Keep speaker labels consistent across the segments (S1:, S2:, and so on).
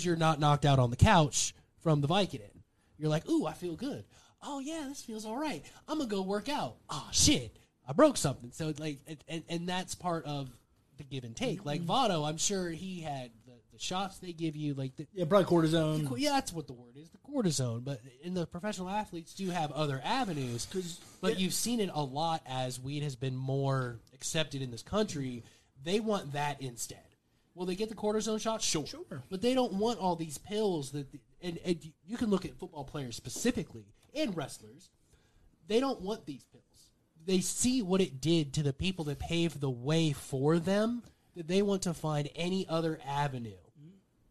S1: you're not knocked out on the couch from the Vicodin. You're like, ooh, I feel good. Oh yeah, this feels all right. I'm gonna go work out. Oh shit, I broke something. So like, and- and and that's part of the give and take. Like Votto, I'm sure he had the, the shots they give you. Like, the,
S2: Yeah, probably cortisone.
S1: yeah, that's what the word is, the cortisone. But in the professional athletes do have other avenues. But you've seen it a lot as weed has been more accepted in this country. They want that instead. Will they get the cortisone shot? Sure.
S2: Sure.
S1: But they don't want all these pills that, and, and you- you can look at football players specifically and wrestlers. They don't want these pills. They see what it did to the people that paved the way for them. That they want to find any other avenue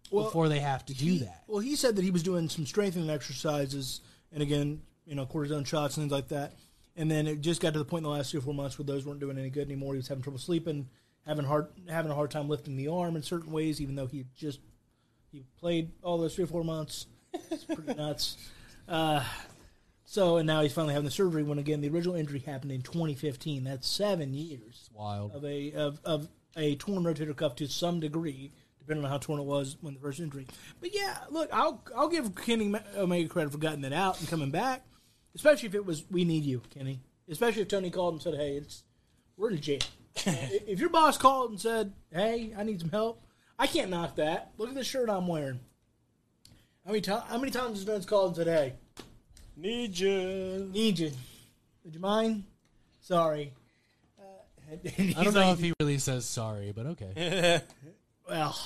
S2: Well,
S1: before they have to do
S2: he-
S1: that.
S2: Well, he said that he was doing some strengthening exercises, and again, you know, cortisone shots and things like that. And then it just got to the point in the last three or four months where those weren't doing any good anymore. He was having trouble sleeping, having hard having a hard time lifting the arm in certain ways, even though he had just he played all those three or four months. It's pretty nuts. Uh, so and now he's finally having the surgery. When again, the original injury happened in 2015. That's seven years
S1: Wild.
S2: of a of, of a torn rotator cuff to some degree, depending on how torn it was when the first injury. But yeah, look, I'll I'll give Kenny Ma- Omega credit for getting it out and coming back, especially if it was we need you, Kenny. Especially if Tony called and said, "Hey, it's we're in jail." Uh, i- if your boss called and said, "Hey, I need some help," I can't knock that. Look at the shirt I'm wearing. How many times? How many times has Vince called and said, "Hey,
S3: Need you.
S2: need you? Would you mind?" Sorry. Uh,
S1: I don't know if he really says sorry, but okay.
S2: Well,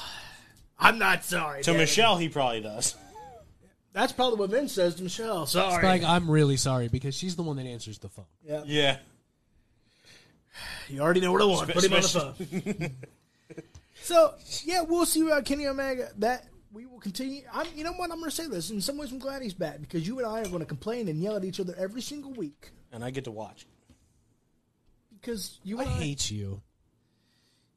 S2: I'm not sorry.
S3: To
S2: Dad.
S3: Michelle, he probably does.
S2: That's probably what Vince says to Michelle. Sorry.
S1: It's like I'm really sorry because she's the one that answers the phone.
S2: yeah.
S3: Yeah.
S2: You already know what I want.
S3: Spe-
S2: Put him on the phone. so, yeah, we'll see about Kenny Omega. That we will continue. I'm, you know what? I'm going to say this. In some ways, I'm glad he's back because you and I are going to complain and yell at each other every single week
S3: And I get to watch.
S2: because you
S1: I
S2: and I,
S1: hate you.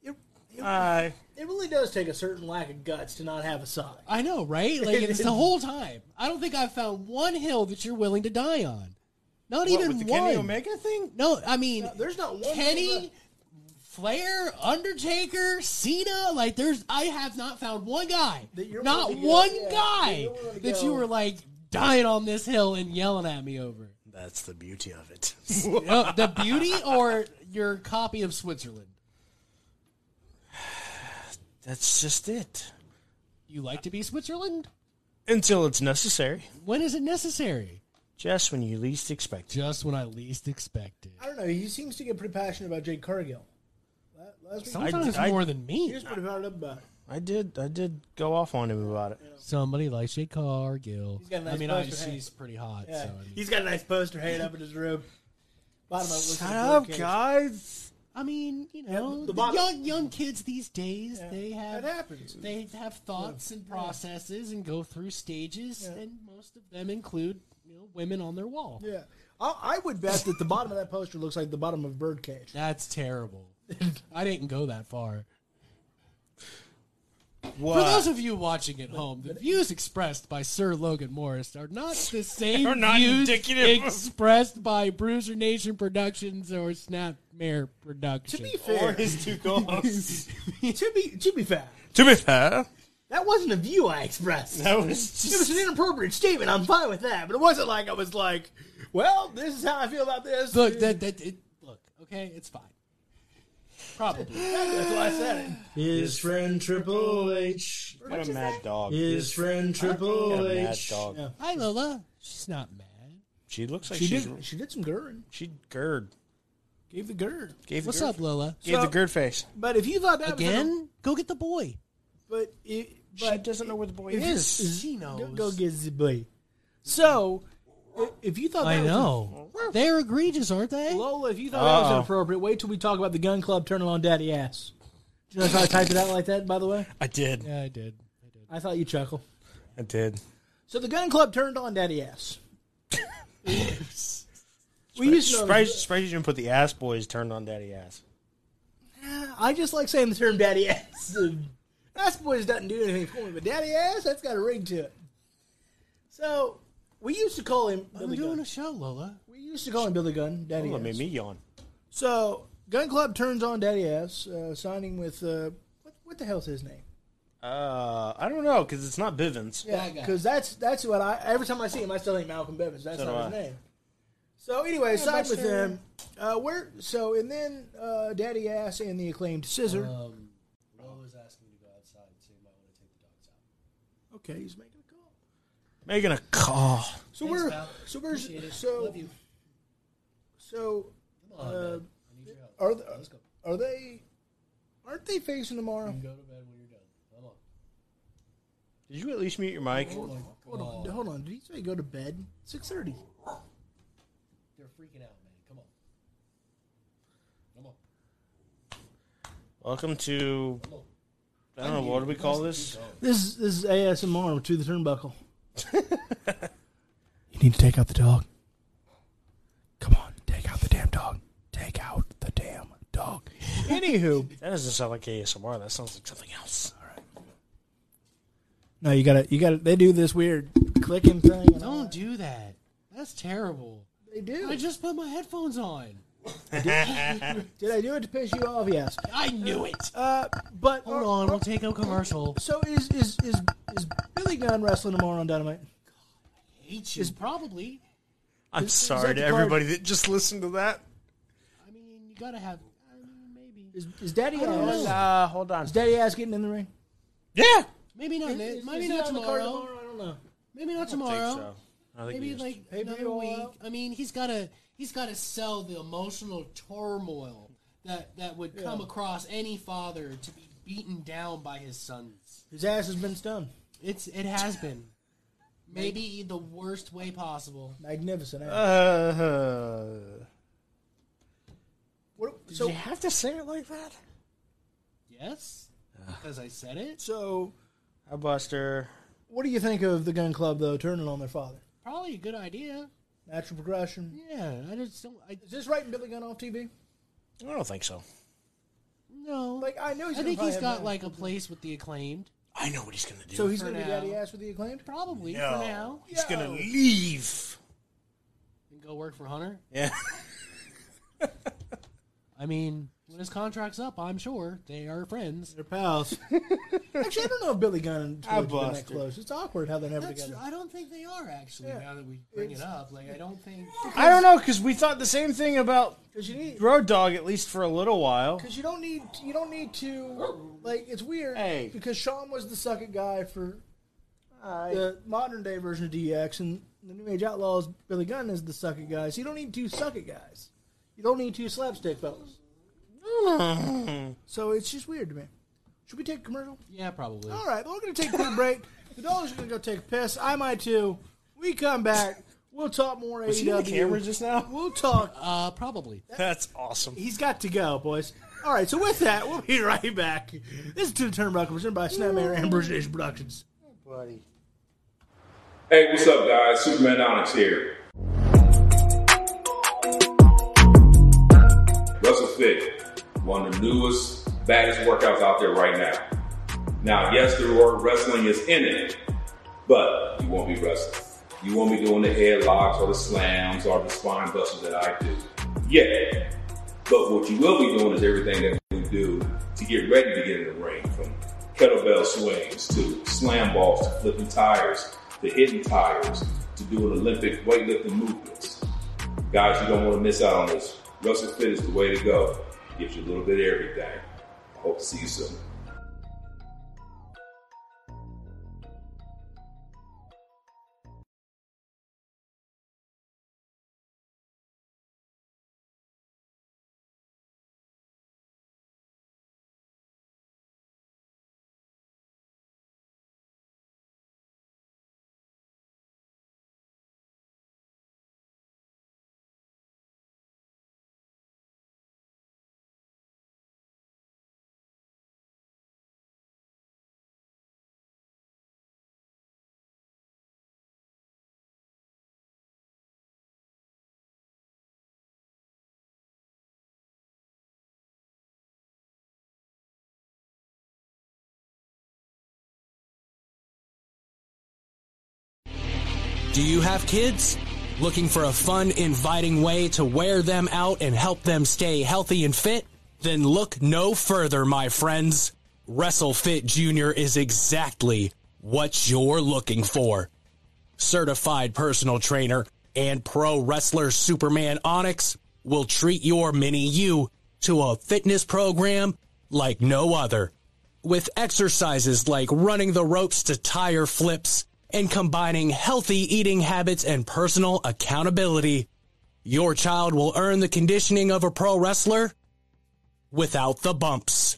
S2: it, it,
S3: Hi.
S2: it really does take a certain lack of guts to not have a side.
S1: I know, right? Like it's the whole time. I don't think I've found one hill that you're willing to die on. Not
S3: What,
S1: even
S3: with the
S1: one.
S3: Kenny Omega thing?
S1: No, I mean,
S2: There's not one
S1: Kenny, Flair, Undertaker, Cena. Like there's, I have not found one guy,
S2: That you're
S1: not
S2: willing to go-
S1: one
S2: yeah, that
S1: guy
S2: you're willing to
S1: that you
S2: go.
S1: were like dying on this hill and yelling at me over.
S3: That's the beauty of it.
S1: Uh, the beauty or your copy of Switzerland.
S3: That's just it.
S1: You like to be Switzerland?
S3: Until it's necessary.
S1: When is it necessary?
S3: Just when you least expect it.
S1: Just when I least expect it.
S2: I don't know. He seems to get pretty passionate about Jake Cargill. Last- Last week,
S1: Sometimes it's
S3: I-
S1: more than
S2: he
S1: me.
S2: was pretty fired up about it.
S3: I did. I did go off on him about it.
S1: Somebody like Jay Cargill.
S2: got a nice
S1: I mean, I,
S2: poster, hey.
S1: she's pretty hot.
S2: Yeah.
S1: So I, mean,
S2: He's got a nice poster hanging up in his room. Bottom of it looks
S3: Shut
S2: like a
S3: up,
S2: bookcase.
S3: guys.
S1: I mean, you know,
S2: the
S1: the
S2: bottom-
S1: young young kids these days they have
S2: That happens.
S1: They have thoughts and processes and go through stages, and most of them include you know women on their wall.
S2: Yeah. I, I would bet that the bottom of that poster looks like the bottom of a birdcage.
S1: That's terrible. I didn't go that far.
S3: What?
S1: For those of you watching at home, the views expressed by Sir Logan Morris are not the same
S3: Are not
S1: views
S3: indicative of-
S1: expressed by Bruiser Nation Productions or Snapmare Productions.
S2: To be fair,
S3: his two co-hosts.
S2: to be to be fair,
S3: to be fair,
S2: that wasn't a view I expressed.
S3: that was
S2: It was
S3: just
S2: an inappropriate statement. I'm fine with that, but it wasn't like I was like, "Well, this is how I feel about this."
S1: look, that, that it, look, okay, it's fine. Probably.
S2: That's why I said it.
S4: His friend Triple H.
S3: what a mad dog.
S4: His friend
S3: What a
S4: Triple
S3: mad
S4: H.
S3: dog.
S2: Yeah.
S1: Hi, Lola. She's not mad.
S3: She looks like
S2: She
S3: she's
S2: did. She did some gird.
S3: she gird
S2: Gave the gird.
S3: gave
S1: What's
S3: the gird,
S1: up, Lola?
S3: gave
S2: So-
S3: the gird face.
S2: But if you thought that was
S1: Again? Go get the boy.
S2: a, but it, but
S3: She doesn't know where the boy
S2: if you-
S3: is.
S1: She
S2: Go,
S1: knows.
S2: go get the boy. So, i- if you thought
S1: I
S2: that was
S1: know. They're egregious, aren't they?
S2: Lola, if you thought that was
S3: Uh-oh.
S2: inappropriate, wait till we talk about the gun club turning on daddy ass. Did you notice how I typed it out like that, by the way?
S3: I did.
S1: Yeah, I did. I did.
S2: I thought you'd chuckle.
S3: I did.
S2: So the gun club turned on daddy ass. we used to know-
S3: Surprised, surprised you didn't put the ass boys turned on daddy ass.
S2: I just like saying the term daddy ass. ass boys doesn't do anything for me, but daddy ass, that's got a ring to it. So we used to call him
S1: I'm
S2: Billy
S1: doing
S2: Gun.
S1: a show, Lola.
S2: we used to call him Billy Gun, daddy
S3: Lola
S2: ass.
S3: made me yawn.
S2: So Gun Club turns on Daddy Ass, uh, signing with uh, what, what the hell's his name?
S3: Uh, I don't know because it's not Bivens.
S2: Yeah,
S1: That guy.
S2: because that's that's what I every time I see him, I still think Malcolm Bivens. That's
S3: So do
S2: not his
S3: I.
S2: name. So anyway, aside with
S3: Buster.
S2: them, uh, where so and then uh, Daddy Ass and the acclaimed Scissor.
S1: Um, Lo was asking me to go outside and say, "Might want to take the dogs out."
S2: okay, he's making a call.
S3: Making a call.
S2: So
S1: Thanks,
S2: we're
S1: pal.
S2: so where's
S1: Appreciate it.
S2: so
S1: Love you.
S2: so
S1: Come on,
S2: Uh,
S1: man. I need your help.
S2: are the,
S1: Let's go.
S2: are they aren't they facing tomorrow?
S1: You can go to bed when you're done. Come on.
S2: Oh,
S3: Did you at least mute your mic?
S1: Hold on.
S2: Hold on, hold on. Did he say go to bed? Six thirty.
S1: They're freaking out, man. Come on. Come on.
S3: Welcome to.
S1: Come on.
S3: I don't know what do we call this?
S2: This is this is ASMR to the turnbuckle. you need to take out the dog. Come on, take out the damn dog. Take out the damn dog. Anywho,
S3: That doesn't sound like ASMR. That sounds like something else.
S2: no, you gotta you gotta. They do this weird clicking thing. and all
S1: Don't
S2: that.
S1: do that. That's terrible.
S2: they do?
S1: I just put my headphones on.
S2: Did I do it to piss you off? Yes.
S1: I knew it.
S2: Uh, but uh,
S1: Hold on, we'll take a commercial.
S2: So is is is is Billy Gunn wrestling tomorrow on Dynamite?
S1: Hate you. probably.
S3: I'm
S2: that
S3: sorry to
S2: the card?
S3: everybody that just listened to that.
S1: I mean, you gotta have. I mean, maybe.
S2: Is is Daddy
S1: I don't
S2: ass?
S1: know.
S3: Uh, hold on.
S2: Is Daddy ass getting in the ring?
S3: Yeah.
S1: Maybe not.
S2: Is- is-
S1: maybe
S2: is he
S1: not
S2: on the card
S1: tomorrow.
S2: tomorrow. I don't know.
S1: Maybe not
S3: I
S1: tomorrow.
S3: think so. I think
S1: Maybe
S3: he
S1: like
S2: Maybe uh,
S1: another
S2: all
S1: week.
S2: out.
S1: I mean, he's gotta he's gotta sell the emotional turmoil that that would come
S2: Yeah.
S1: across any father to be beaten down by his sons.
S2: His ass has been stunned.
S1: It's it has been maybe the worst way possible.
S2: Magnificent.
S1: Uh,
S2: Ass.
S3: just- Uh,
S2: What-
S3: did
S2: so
S3: you have to say it like that?
S1: Yes, because I said it.
S2: so
S3: Hi, Buster.
S2: what do you think of the gun club though turning on their father?
S1: Probably a good idea.
S2: Natural progression.
S1: Yeah, I just don't. I
S2: Is this writing Billy Gunn off TV?
S3: I don't think so.
S1: no.
S2: Like I know he's.
S1: I
S2: gonna
S1: think he's
S2: probably
S1: got
S2: have-
S1: like a place with the acclaimed.
S3: I know what he's gonna do.
S2: So he's
S1: for
S2: gonna be
S1: now.
S2: daddy ass with the acclaimed.
S1: Probably
S3: No.
S1: for now,
S3: He's
S2: Yo.
S3: gonna leave.
S1: and go work for Hunter.
S3: Yeah.
S1: I mean, when his contract's up, I'm sure they are friends.
S2: They're pals. Actually, I don't know if Billy Gunn and
S3: I
S2: Twitch been that
S3: busted.
S2: close. It's awkward how they never
S1: That's,
S2: together.
S1: I don't think they are actually.
S2: Yeah.
S1: Now that we bring
S2: It's-
S1: it up, like I don't think.
S3: I don't know because we thought the same thing about
S2: Because you need.
S3: Road Dog at least for a little while.
S2: Because you don't need. You don't need to. Like it's weird.
S3: Hey.
S2: Because Sean was the suck it guy for
S3: Alright.
S2: the modern day version of DX, and the New Age Outlaws, Billy Gunn is the suck it guy. So you don't need two suck it guys. You don't need two slapstick fellas. So it's just weird to me. Should we take a commercial?
S1: Yeah, probably.
S2: All right, well, we're going to take a quick break. The dogs are going to go take a piss. I might too. We come back. We'll talk more
S3: Was he in the
S2: AEW.
S3: camera just now?
S2: We'll talk.
S1: Uh, probably.
S3: That's awesome.
S2: He's got to go, boys. All right, so with that, we'll be right back. This is To the Turnbuckle, presented by Snapmare and Bruce Nation Productions.
S3: Buddy.
S5: Hey, what's up, guys? Superman Onyx here. Russell Fit, one of the newest, baddest workouts out there right now. Now, yes, the word wrestling is in it, but you won't be wrestling. You won't be doing the headlocks or the slams or the spine busters that I do. Yeah. But what you will be doing is everything that we do to get ready to get in the ring, from kettlebell swings to slam balls to flipping tires to hitting tires to doing Olympic weightlifting movements. Guys, you don't want to miss out on this. Russell Fit is the way to go. Gives you a little bit of everything. I hope to see you soon.
S6: Do you have kids? Looking for a fun, inviting way to wear them out and help them stay healthy and fit? Then look no further, my friends. WrestleFit Junior is exactly what you're looking for. Certified personal trainer and pro wrestler Superman Onyx will treat your mini you to a fitness program like no other. With exercises like running the ropes to tire flips and combining healthy eating habits and personal accountability, your child will earn the conditioning of a pro wrestler without the bumps.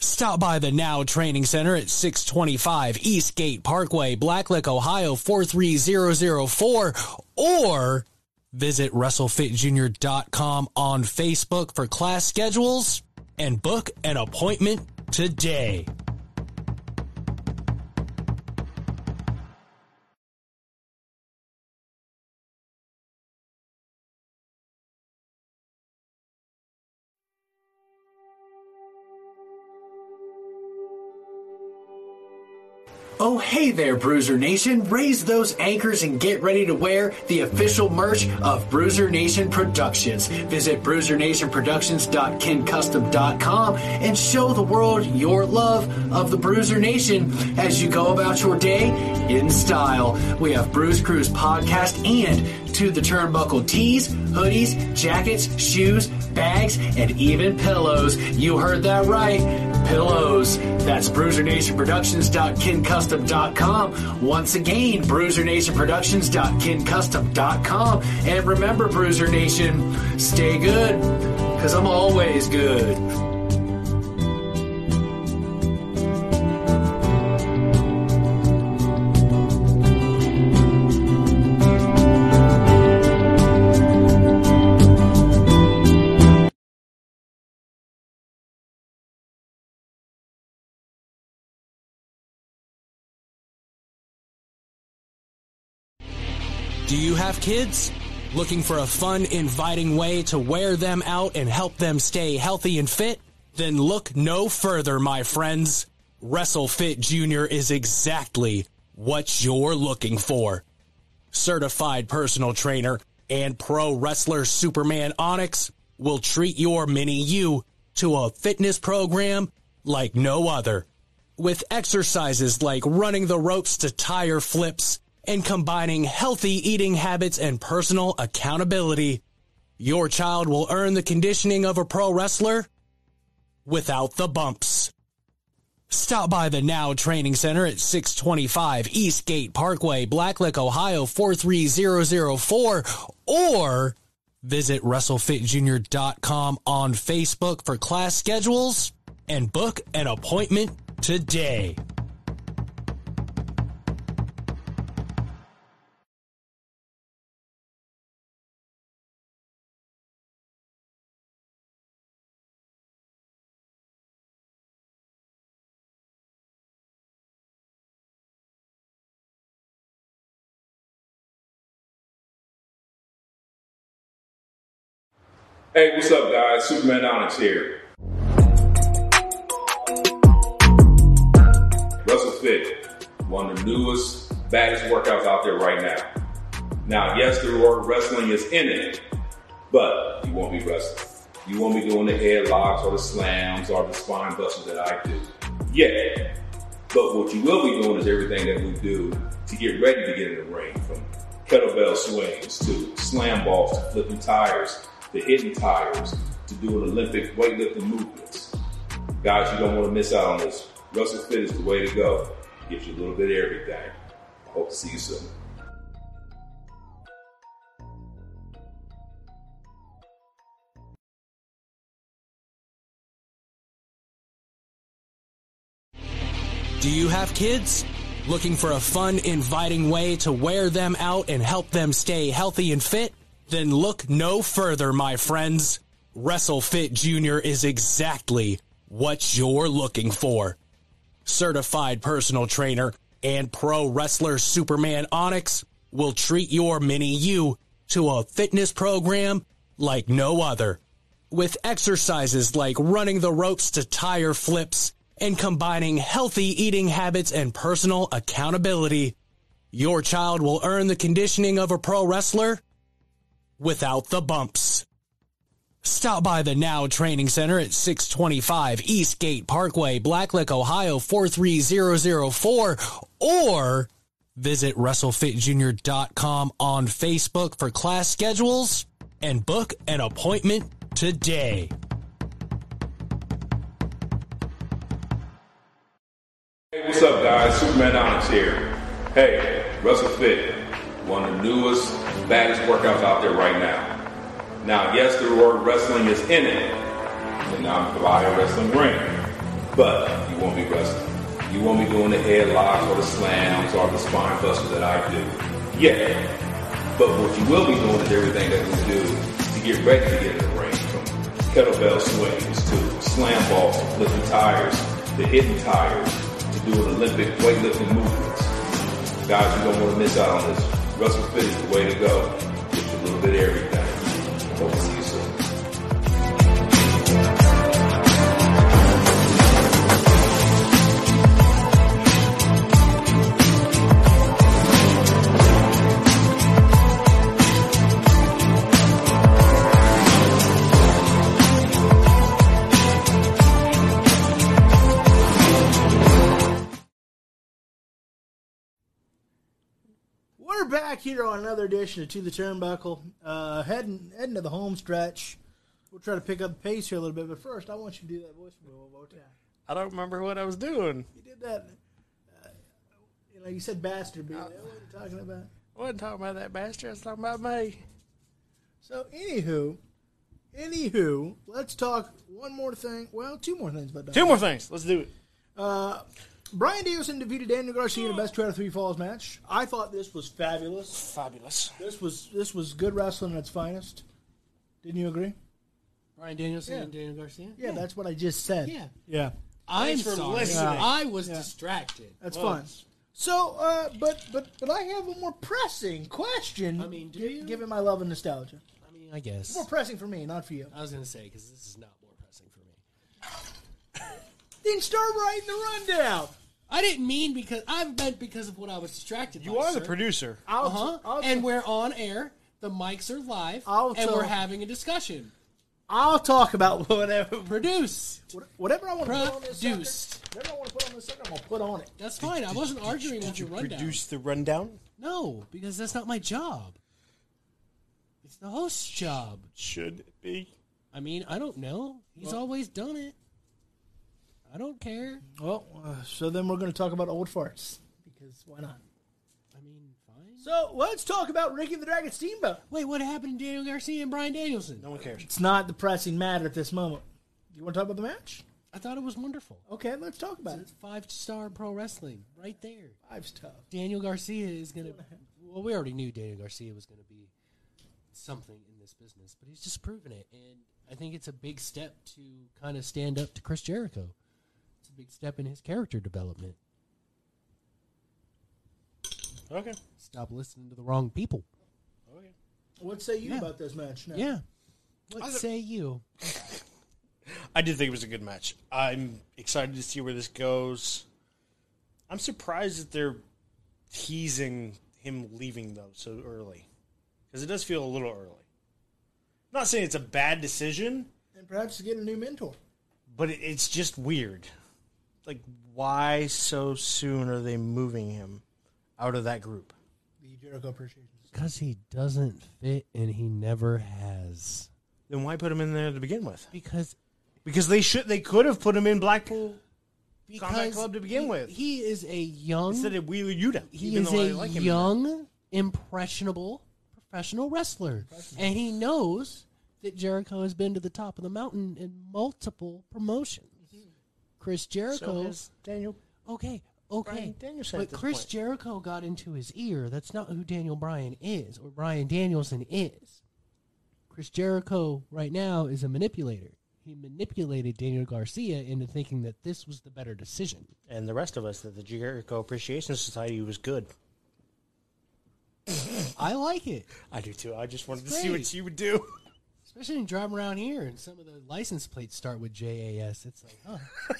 S6: Stop by the Now Training Center at 625 Eastgate Parkway, Blacklick, Ohio 43004 or visit WrestleFitJr.com on Facebook for class schedules and book an appointment today.
S7: Oh, hey there, Bruiser Nation. Raise those anchors and get ready to wear the official merch of Bruiser Nation Productions. Visit bruisernationproductions.kincustom.com and show the world your love of the Bruiser Nation as you go about your day in style. We have Bruise Cruise podcast and to the turnbuckle tees, hoodies, jackets, shoes, bags, and even pillows. You heard that right pillows. That's bruisernationproductions.kincustom.com. Once again, bruisernationproductions.kincustom.com. And remember, Bruiser Nation, stay good, because I'm always good.
S6: Do you have kids? Looking for a fun, inviting way to wear them out and help them stay healthy and fit? Then look no further, my friends. WrestleFit Junior is exactly what you're looking for. Certified personal trainer and pro wrestler Superman Onyx will treat your mini you to a fitness program like no other with exercises like running the ropes to tire flips and combining healthy eating habits and personal accountability, your child will earn the conditioning of a pro wrestler without the bumps. Stop by the Now Training Center at 625 Eastgate Parkway, Blacklick, Ohio 43004 or visit WrestleFitJr.com on Facebook for class schedules and book an appointment today.
S5: Hey, what's up, guys? Superman Onyx here. Russell Fit, one of the newest, baddest workouts out there right now. Now, yes, the word wrestling is in it, but you won't be wrestling. You won't be doing the headlocks or the slams or the spine busters that I do. Yeah. But what you will be doing is everything that we do to get ready to get in the ring, from kettlebell swings to slam balls to flipping tires to hitting tires to doing Olympic weightlifting movements. Guys, you don't want to miss out on this. Russell Fit is the way to go. Gives you a little bit of everything. I hope to see you soon.
S6: Do you have kids? Looking for a fun, inviting way to wear them out and help them stay healthy and fit? Then look no further, my friends. WrestleFit Junior is exactly what you're looking for. Certified personal trainer and pro wrestler Superman Onyx will treat your mini you to a fitness program like no other with exercises like running the ropes to tire flips and combining healthy eating habits and personal accountability, your child will earn the conditioning of a pro wrestler without the bumps. Stop by the Now Training Center at 625 Eastgate Parkway, Blacklick, Ohio 43004 or visit WrestleFitJr.com on Facebook for class schedules and book an appointment today.
S5: Hey, what's up, guys? Superman Onyx here. Hey, Russell Fit, one of the newest, baddest workouts out there right now. Now, yes, the word wrestling is in it, the non-provider wrestling ring, but you won't be wrestling. You won't be doing the headlocks or the slams or the spine buster that I do. Yeah, but what you will be doing is everything that we do to get ready to get in the ring. From kettlebell swings to slam balls, to lifting tires, to hitting tires, to doing Olympic weightlifting movements. Guys, you don't want to miss out on this. Russell Fit is the way to go. Get you a little bit of everything. Hope to see you soon.
S2: We're back here on another edition of To the Turnbuckle. Uh, heading heading to the home stretch. We'll try to pick up the pace here a little bit, but first, I want you to do that voice for me one more time.
S3: I don't remember what I was doing.
S2: You did that. uh, you know, you said bastard, but you know what are you talking about?
S3: I wasn't talking about that bastard. I was talking about me.
S2: So, anywho, anywho, let's talk one more thing. Well, two more things, but uh,
S3: Two more things. Let's do it.
S2: Brian Danielson defeated Daniel Garcia in a best two out of three falls match. I thought this was fabulous.
S3: Fabulous.
S2: This was this was good wrestling at its finest. Didn't you agree?
S1: Brian Danielson and Daniel Garcia.
S2: Yeah, that's what I just said.
S1: Yeah.
S2: yeah,
S1: I'm
S3: Thanks for
S1: sorry.
S3: listening.
S1: I was distracted.
S2: that's fine. So, uh, but but but I have a more pressing question.
S1: I mean, do
S2: gi-
S1: you?
S2: given my love and nostalgia,
S1: I mean, I guess.
S2: more pressing for me, not for you.
S1: I was gonna say because this is not more pressing for me.
S2: Then start writing the rundown.
S1: I didn't mean because I meant because of what I was distracted.
S3: You
S1: by,
S3: are
S1: sir.
S3: the producer.
S2: I'll
S1: Uh huh.
S2: I'll,
S1: And we're on air. The mics are live,
S2: I'll
S1: and we're
S2: tell-
S1: having a discussion.
S2: I'll talk about whatever
S1: Produced.
S2: whatever I want to put on this
S1: Produced.
S2: sucker. Whatever I want to put on this sucker, I'm gonna put on it.
S1: That's fine. I wasn't arguing with
S3: Did you
S1: your rundown.
S3: produce the rundown?
S1: No, because that's not my job. It's the host's job.
S3: Should it be?
S1: I mean, I don't know. He's always done it. I don't care.
S2: Well, uh, so then we're going to talk about old farts because why not?
S1: I mean, fine.
S2: So let's talk about Ricky the Dragon Steamboat.
S1: Wait, what happened to Daniel Garcia and Brian Danielson?
S3: No one cares.
S2: It's not the pressing matter at this moment. You want to talk about the match?
S1: I thought it was wonderful.
S2: Okay, let's talk about it.
S1: It's five star pro wrestling right there.
S2: Five's tough.
S1: Daniel Garcia is going to. Well, we already knew Daniel Garcia was going to be something in this business, but he's just proven it. And I think it's a big step to kind of stand up to Chris Jericho. It's a big step in his character development.
S3: Okay.
S1: Stop listening to the wrong people.
S3: Okay.
S2: What say you
S1: Yeah.
S2: about this match? Now?
S1: Yeah. What
S3: I don't-
S1: say you?
S3: I did think it was a good match. I'm excited to see where this goes. I'm surprised that they're teasing him leaving though so early, because it does feel a little early. I'm not saying it's a bad decision,
S2: and perhaps to get a new mentor.
S3: but it, it's just weird. Like, why so soon are they moving him out of that group?
S2: The Jericho Appreciation. Society.
S1: Because he doesn't fit and he never has.
S3: Then why put him in there to begin with?
S1: Because
S3: Because they should, they could have put him in Blackpool
S1: because
S3: Combat Club to begin
S1: he-
S3: with.
S1: He is a young
S3: instead of Wheeler Yuta.
S1: he
S3: even
S1: is
S3: though I
S1: a
S3: like him.
S1: young, impressionable professional wrestler. And he knows that Jericho has been to the top of the mountain in multiple promotions. Chris
S3: Mm-hmm. So
S1: Jericho
S3: has Daniel
S1: Okay, okay.
S3: Bryan Danielson
S1: but
S3: at this
S1: Chris
S3: point.
S1: Jericho got into his ear. That's not who Daniel Bryan is or Bryan Danielson is. Chris Jericho right now is a manipulator. He manipulated Daniel Garcia into thinking that this was the better decision.
S3: and the rest of us that the Jericho Appreciation Society was good.
S1: I like it,
S3: I do too. I just wanted
S1: It's
S3: to see
S1: great.
S3: what you would do.
S1: especially when you drive around here and some of the license plates start with JAS. It's like, huh,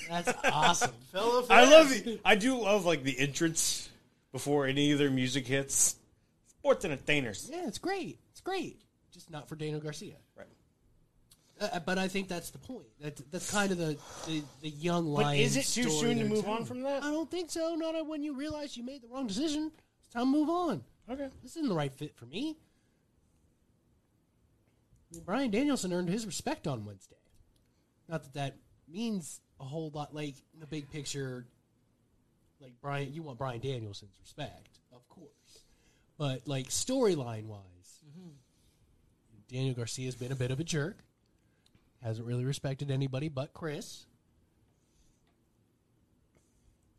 S1: that's awesome.
S3: I love it. I do love like the entrance before any of their music hits. Sports entertainers.
S1: Yeah, it's great. It's great. Just not for Daniel Garcia.
S3: Right.
S1: Uh, but I think that's the point. That that's kind of the the, the young lion.
S3: But is it too
S1: story
S3: soon to
S1: they're
S3: move
S1: telling.
S3: on from that?
S1: I don't think so. Not when you realize you made the wrong decision. It's time to move on.
S3: Okay.
S1: This isn't the right fit for me. I mean, Brian Danielson earned his respect on Wednesday. Not that that means a whole lot. Like in the big picture, like Brian, you want Brian Danielson's respect, of course. But like storyline wise,
S3: Mm-hmm.
S1: Daniel Garcia's been a bit of a jerk. Hasn't really respected anybody but Chris.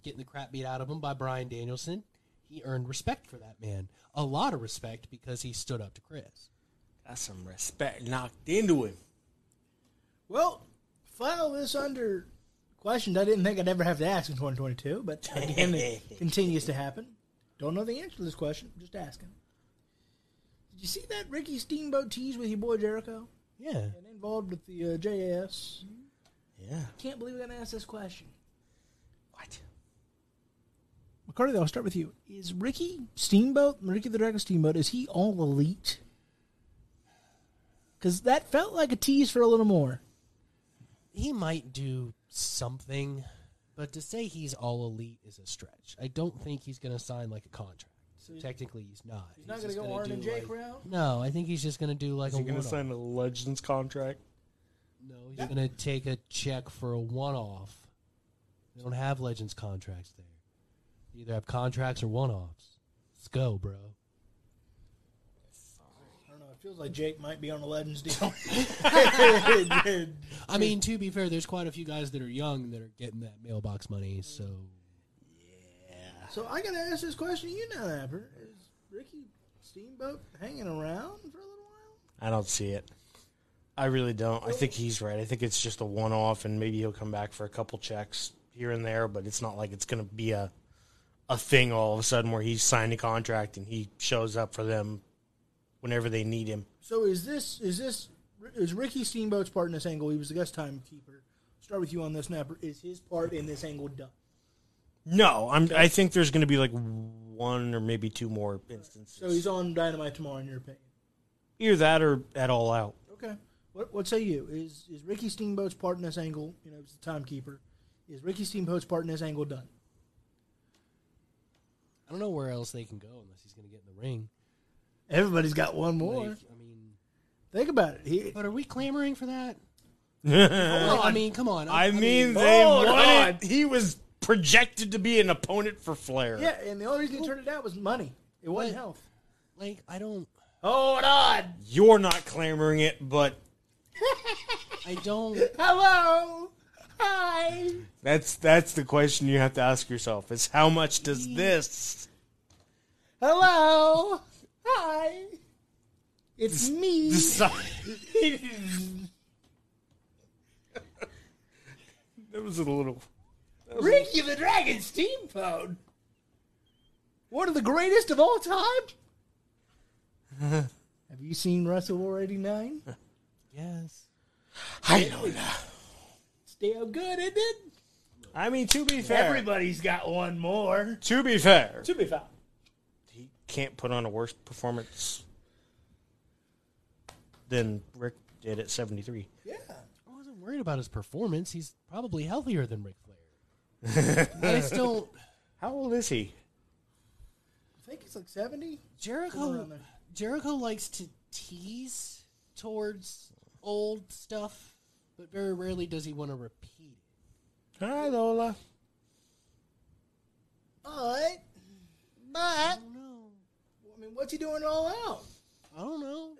S1: Getting the crap beat out of him by Brian Danielson. He earned respect for that man. A lot of respect because he stood up to Chris.
S3: Got some respect knocked into him.
S2: Well, file this under questions I didn't think I'd ever have to ask in 2022, but again, it continues to happen. Don't know the answer to this question. Just asking. Did you see that Ricky Steamboat tease with your boy Jericho?
S1: Yeah.
S2: And involved with the uh, JAS?
S3: Yeah.
S2: Can't believe I'm going to ask this question.
S3: What?
S2: McCarty, though, I'll start with you. Is Ricky Steamboat, Ricky the Dragon Steamboat, is he all elite? Because that felt like a tease for a little more.
S1: He might do something, but to say he's all elite is a stretch. I don't think he's going to sign like a contract. So technically, he's not. He's, just gonna do, like-
S2: route.
S1: No, I think he's just going to do like
S3: Is
S1: a
S3: he going
S1: one
S3: to sign a Legends contract?
S1: No, he's going to take a check for a one off. They don't have Legends contracts there. You either have contracts or one offs. Let's go, bro.
S2: I don't know. It feels like Jake might be on a Legends deal.
S1: I mean, to be fair, there's quite a few guys that are young that are getting that mailbox money, so.
S2: so I got to ask this question. You know, Apper. Is Ricky Steamboat hanging around for a little while?
S3: I don't see it. I really don't. I think he's right. I think it's just a one off, and maybe he'll come back for a couple checks here and there, but it's not like it's going to be a a thing all of a sudden where he's signed a contract and he shows up for them whenever they need him.
S2: So is this is this is Ricky Steamboat's part in this angle? He was the guest timekeeper. Start with you on this, Napper. Is his part in this angle done?
S3: No, I'm. I think there's going to be like one or maybe two more instances.
S2: So he's on Dynamite tomorrow, in your opinion?
S3: either that or at all out.
S2: Okay. What what say you? Is is Ricky Steamboat's part in this angle? You know, it's the timekeeper. Is Ricky Steamboat's part in this angle done?
S1: I don't know where else they can go unless he's going to get in the ring.
S2: Everybody's got one more.
S1: Like, I mean,
S2: Think about it. He,
S1: but are we clamoring for that? Like, I mean, come on.
S3: I mean, they wanted. He was projected to be an opponent for Flair.
S2: yeah, and the only reason he turned it down was money. It wasn't
S1: Wait.
S2: health.
S1: like I don't,
S2: Hold on.
S3: You're not clamoring it, but
S1: I don't.
S2: Hello. Hi.
S3: that's that's the question you have to ask yourself: is how much does this?
S2: Hello. Hi. It's me.
S3: decide? that was a little.
S2: Ricky the Dragon Steamboat. One of the greatest of all time. Have you seen Russell 89?
S1: Yes,
S3: I don't know.
S2: It's damn good, isn't it?
S3: I mean, to be fair,
S2: Everybody's got one more.
S3: to be fair,
S2: To be found.
S3: he can't put on a worse performance than Rick did at seventy three.
S2: Yeah.
S1: I wasn't worried about his performance. He's probably healthier than Ric Flair. But I still,
S3: How old is he?
S2: I think it's like 70.
S1: Jericho.
S2: Around there.
S1: Jericho likes to tease towards old stuff, but very rarely does he want to repeat it.
S3: Hi, Lola.
S2: But, but, I
S1: I don't know.
S2: mean, what's he doing all out?
S1: I don't know.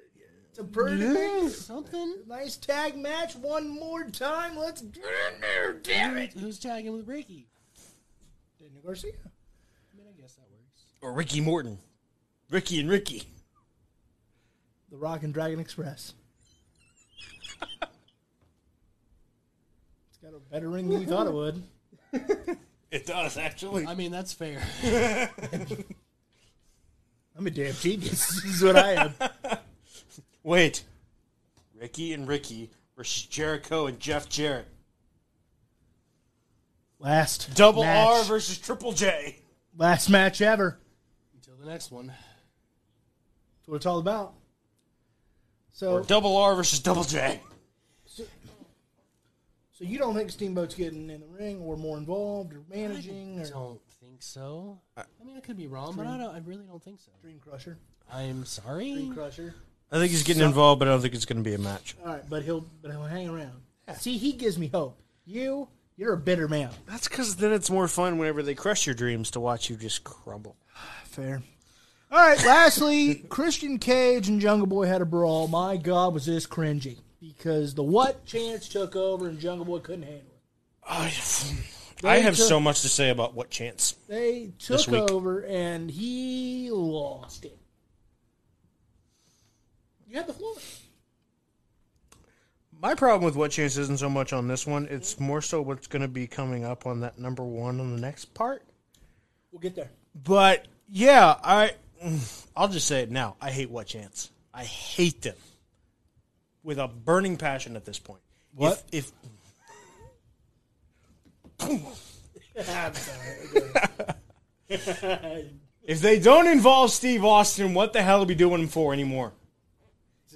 S2: It's a pretty big-
S1: Something.
S2: nice tag match. One more time. Let's get in there, damn it.
S1: Who's tagging with Ricky?
S2: Daniel Garcia.
S1: I mean, I guess that works.
S3: Or Ricky Morton. Ricky and Ricky.
S2: The Rock and Dragon Express. it's got a better ring than you thought it would.
S3: It does, actually.
S1: I mean, that's fair.
S2: I'm a damn genius. this is what I am.
S3: Wait. Ricky and Ricky versus Jericho and Jeff Jarrett.
S2: Last
S3: Double
S2: match-
S3: R versus Triple J.
S2: last match ever.
S1: Until the next one.
S2: That's what it's all about. So
S3: Oh. Or Double R versus Double J.
S2: So you don't think Steamboat's getting in the ring or more involved or managing
S1: I
S2: or
S1: don't think so. I mean, I could be wrong, but I don't. I really don't think so.
S2: Dream Crusher?
S1: I'm sorry.
S3: Mm.
S2: Dream Crusher.
S3: I think he's getting involved, but I don't think it's going to be a match.
S2: All right, but he'll but he'll hang around. See, he gives me hope. You, you're a bitter man.
S3: That's because then it's more fun whenever they crush your dreams to watch you just crumble.
S2: Fair. All right. Lastly, Christian Cage and Jungle Boy had a brawl. My God, was this cringy because the what chance took over and Jungle Boy couldn't handle it.
S3: I, I have so much to say about what chance.
S2: They
S3: This
S2: took
S3: week.
S2: over and he lost it. You had the floor.
S3: My problem with what chance isn't so much on this one; it's more so what's going to be coming up on that number one on the next part.
S2: We'll get there.
S3: But yeah, I I'll just say it now. I hate what chance. I hate them with a burning passion at this point.
S2: What?
S3: if, if
S2: I'm sorry.
S3: If they don't involve Steve Austin, what the hell are we doing him for anymore?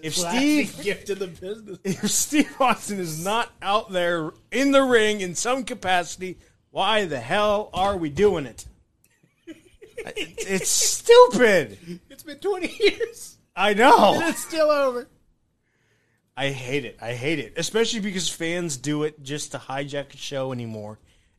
S3: If Steve,
S2: gift to the business.
S3: if Steve Austin is not out there in the ring in some capacity, why the hell are we doing it? It- It's stupid.
S2: It's been 20 years.
S3: I know.
S2: It's still over.
S3: I hate it. I hate it, especially because fans do it just to hijack a show anymore,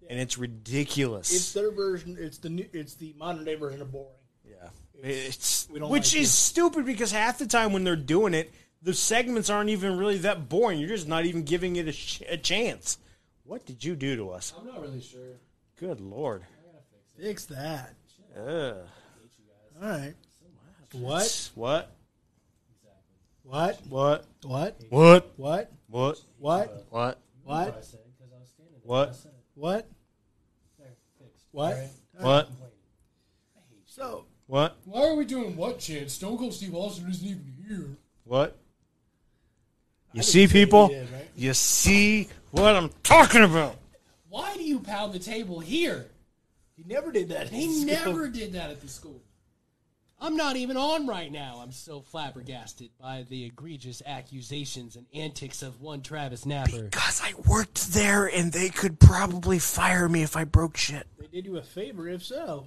S3: and it's ridiculous.
S2: It's their version. It's the new. It's the modern day version of boring.
S3: Yeah. It's,
S2: don't
S3: which
S2: like
S3: is stupid because half the time when they're doing it, the segments aren't even really that boring. You're just not even giving it a, sh- a chance. What did you do to us?
S1: I'm not really sure.
S3: Good lord.
S2: Fix that.
S3: Ugh.
S2: All right. What?
S3: What?
S2: What?
S3: What?
S2: What?
S3: What?
S2: What?
S3: What?
S2: What?
S3: What?
S2: What?
S3: What?
S2: What? What?
S3: What?
S2: So
S3: What?
S1: Why are we doing what chance? Stone Cold Steve Austin isn't even here.
S3: What? You see, people?
S2: did, right?
S3: You see what I'm talking about?
S1: Why do you pound the table here?
S2: he never did that.
S1: He never did that at the school. I'm not even on right now. I'm so flabbergasted by the egregious accusations and antics of one Travis Napper.
S3: Because I worked there and they could probably fire me if I broke shit.
S2: They did you a favor, if so.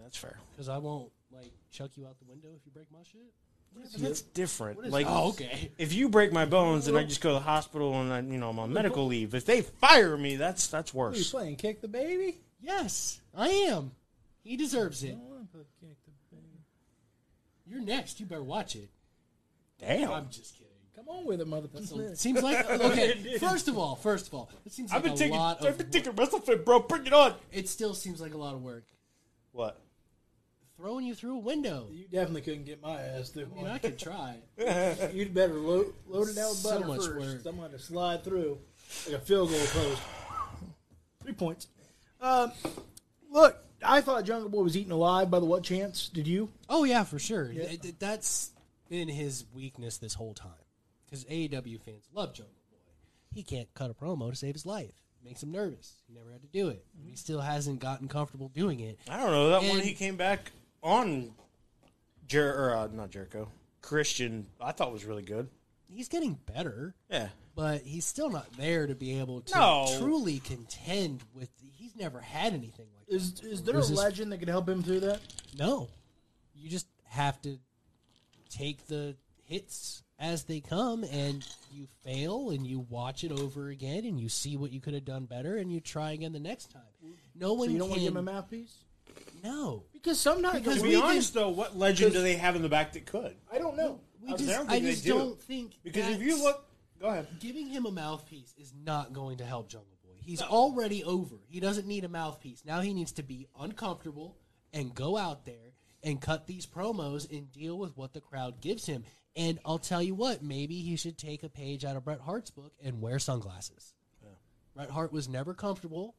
S3: That's fair.
S1: Because I won't, like, chuck you out the window if you break my shit.
S3: That's different. Like,
S1: oh, okay.
S3: if you break my bones and I just go to the hospital and I, you know I'm on medical leave, if they fire me, that's that's
S2: What are you
S3: worse.
S2: playing? Kick the baby?
S1: Yes, I am. He deserves it. You're next. You better watch it.
S3: Damn,
S1: I'm just kidding.
S2: Come on with it,
S1: So
S2: motherfucker.
S1: it seems like okay. First of all, first of all, it seems like a lot of work.
S3: WrestleFit, bro. Bring it on.
S1: It still seems like a lot of work.
S3: What?
S1: Throwing you through a window.
S2: You definitely couldn't get my ass through.
S1: I mean, I could try.
S2: one. You'd better load, load it out with
S1: So
S2: butter
S1: much
S2: first.
S1: work.
S2: I'm going to slide through like a field goal post. Three points. Um, look, I thought Jungle Boy was eaten alive by the what chance? Did you?
S1: Oh yeah, for sure. Th- th- That's been his weakness this whole time. Because AEW fans love Jungle Boy. He can't cut a promo to save his life. Makes him nervous. He never had to do it. He still hasn't gotten comfortable doing it.
S3: I don't know. That one
S1: And-
S3: he came back on, Jer or uh, not Jericho, Christian. I thought was really good.
S1: He's getting better.
S3: Yeah.
S1: but he's still not there to be able to
S3: No.
S1: truly contend with. He's never had anything like that.
S2: Is is there a
S1: Is this-
S2: legend that could help him through that?
S1: No, you just have to take the hits as they come, and you fail, and you watch it over again, and you see what you could have done better, and you try again the next time. No one
S2: So you don't
S1: can.
S2: want to give him a mouthpiece?
S1: no,
S2: Because sometimes
S1: Because
S3: To
S1: we
S3: be
S1: did-
S3: honest though, what legend do they have in the back that could?
S2: I don't know.
S1: we
S3: I
S1: just.
S3: don't
S1: I
S3: think they
S1: just
S3: do.
S1: not think
S3: Because if you
S1: that's-
S3: look, go ahead.
S1: giving him a mouthpiece is not going to help Jungle Boy. He's already over. He doesn't need a mouthpiece. Now he needs to be uncomfortable and go out there and cut these promos and deal with what the crowd gives him. And I'll tell you what, maybe he should take a page out of Bret Hart's book and wear sunglasses. Bret Hart was never comfortable.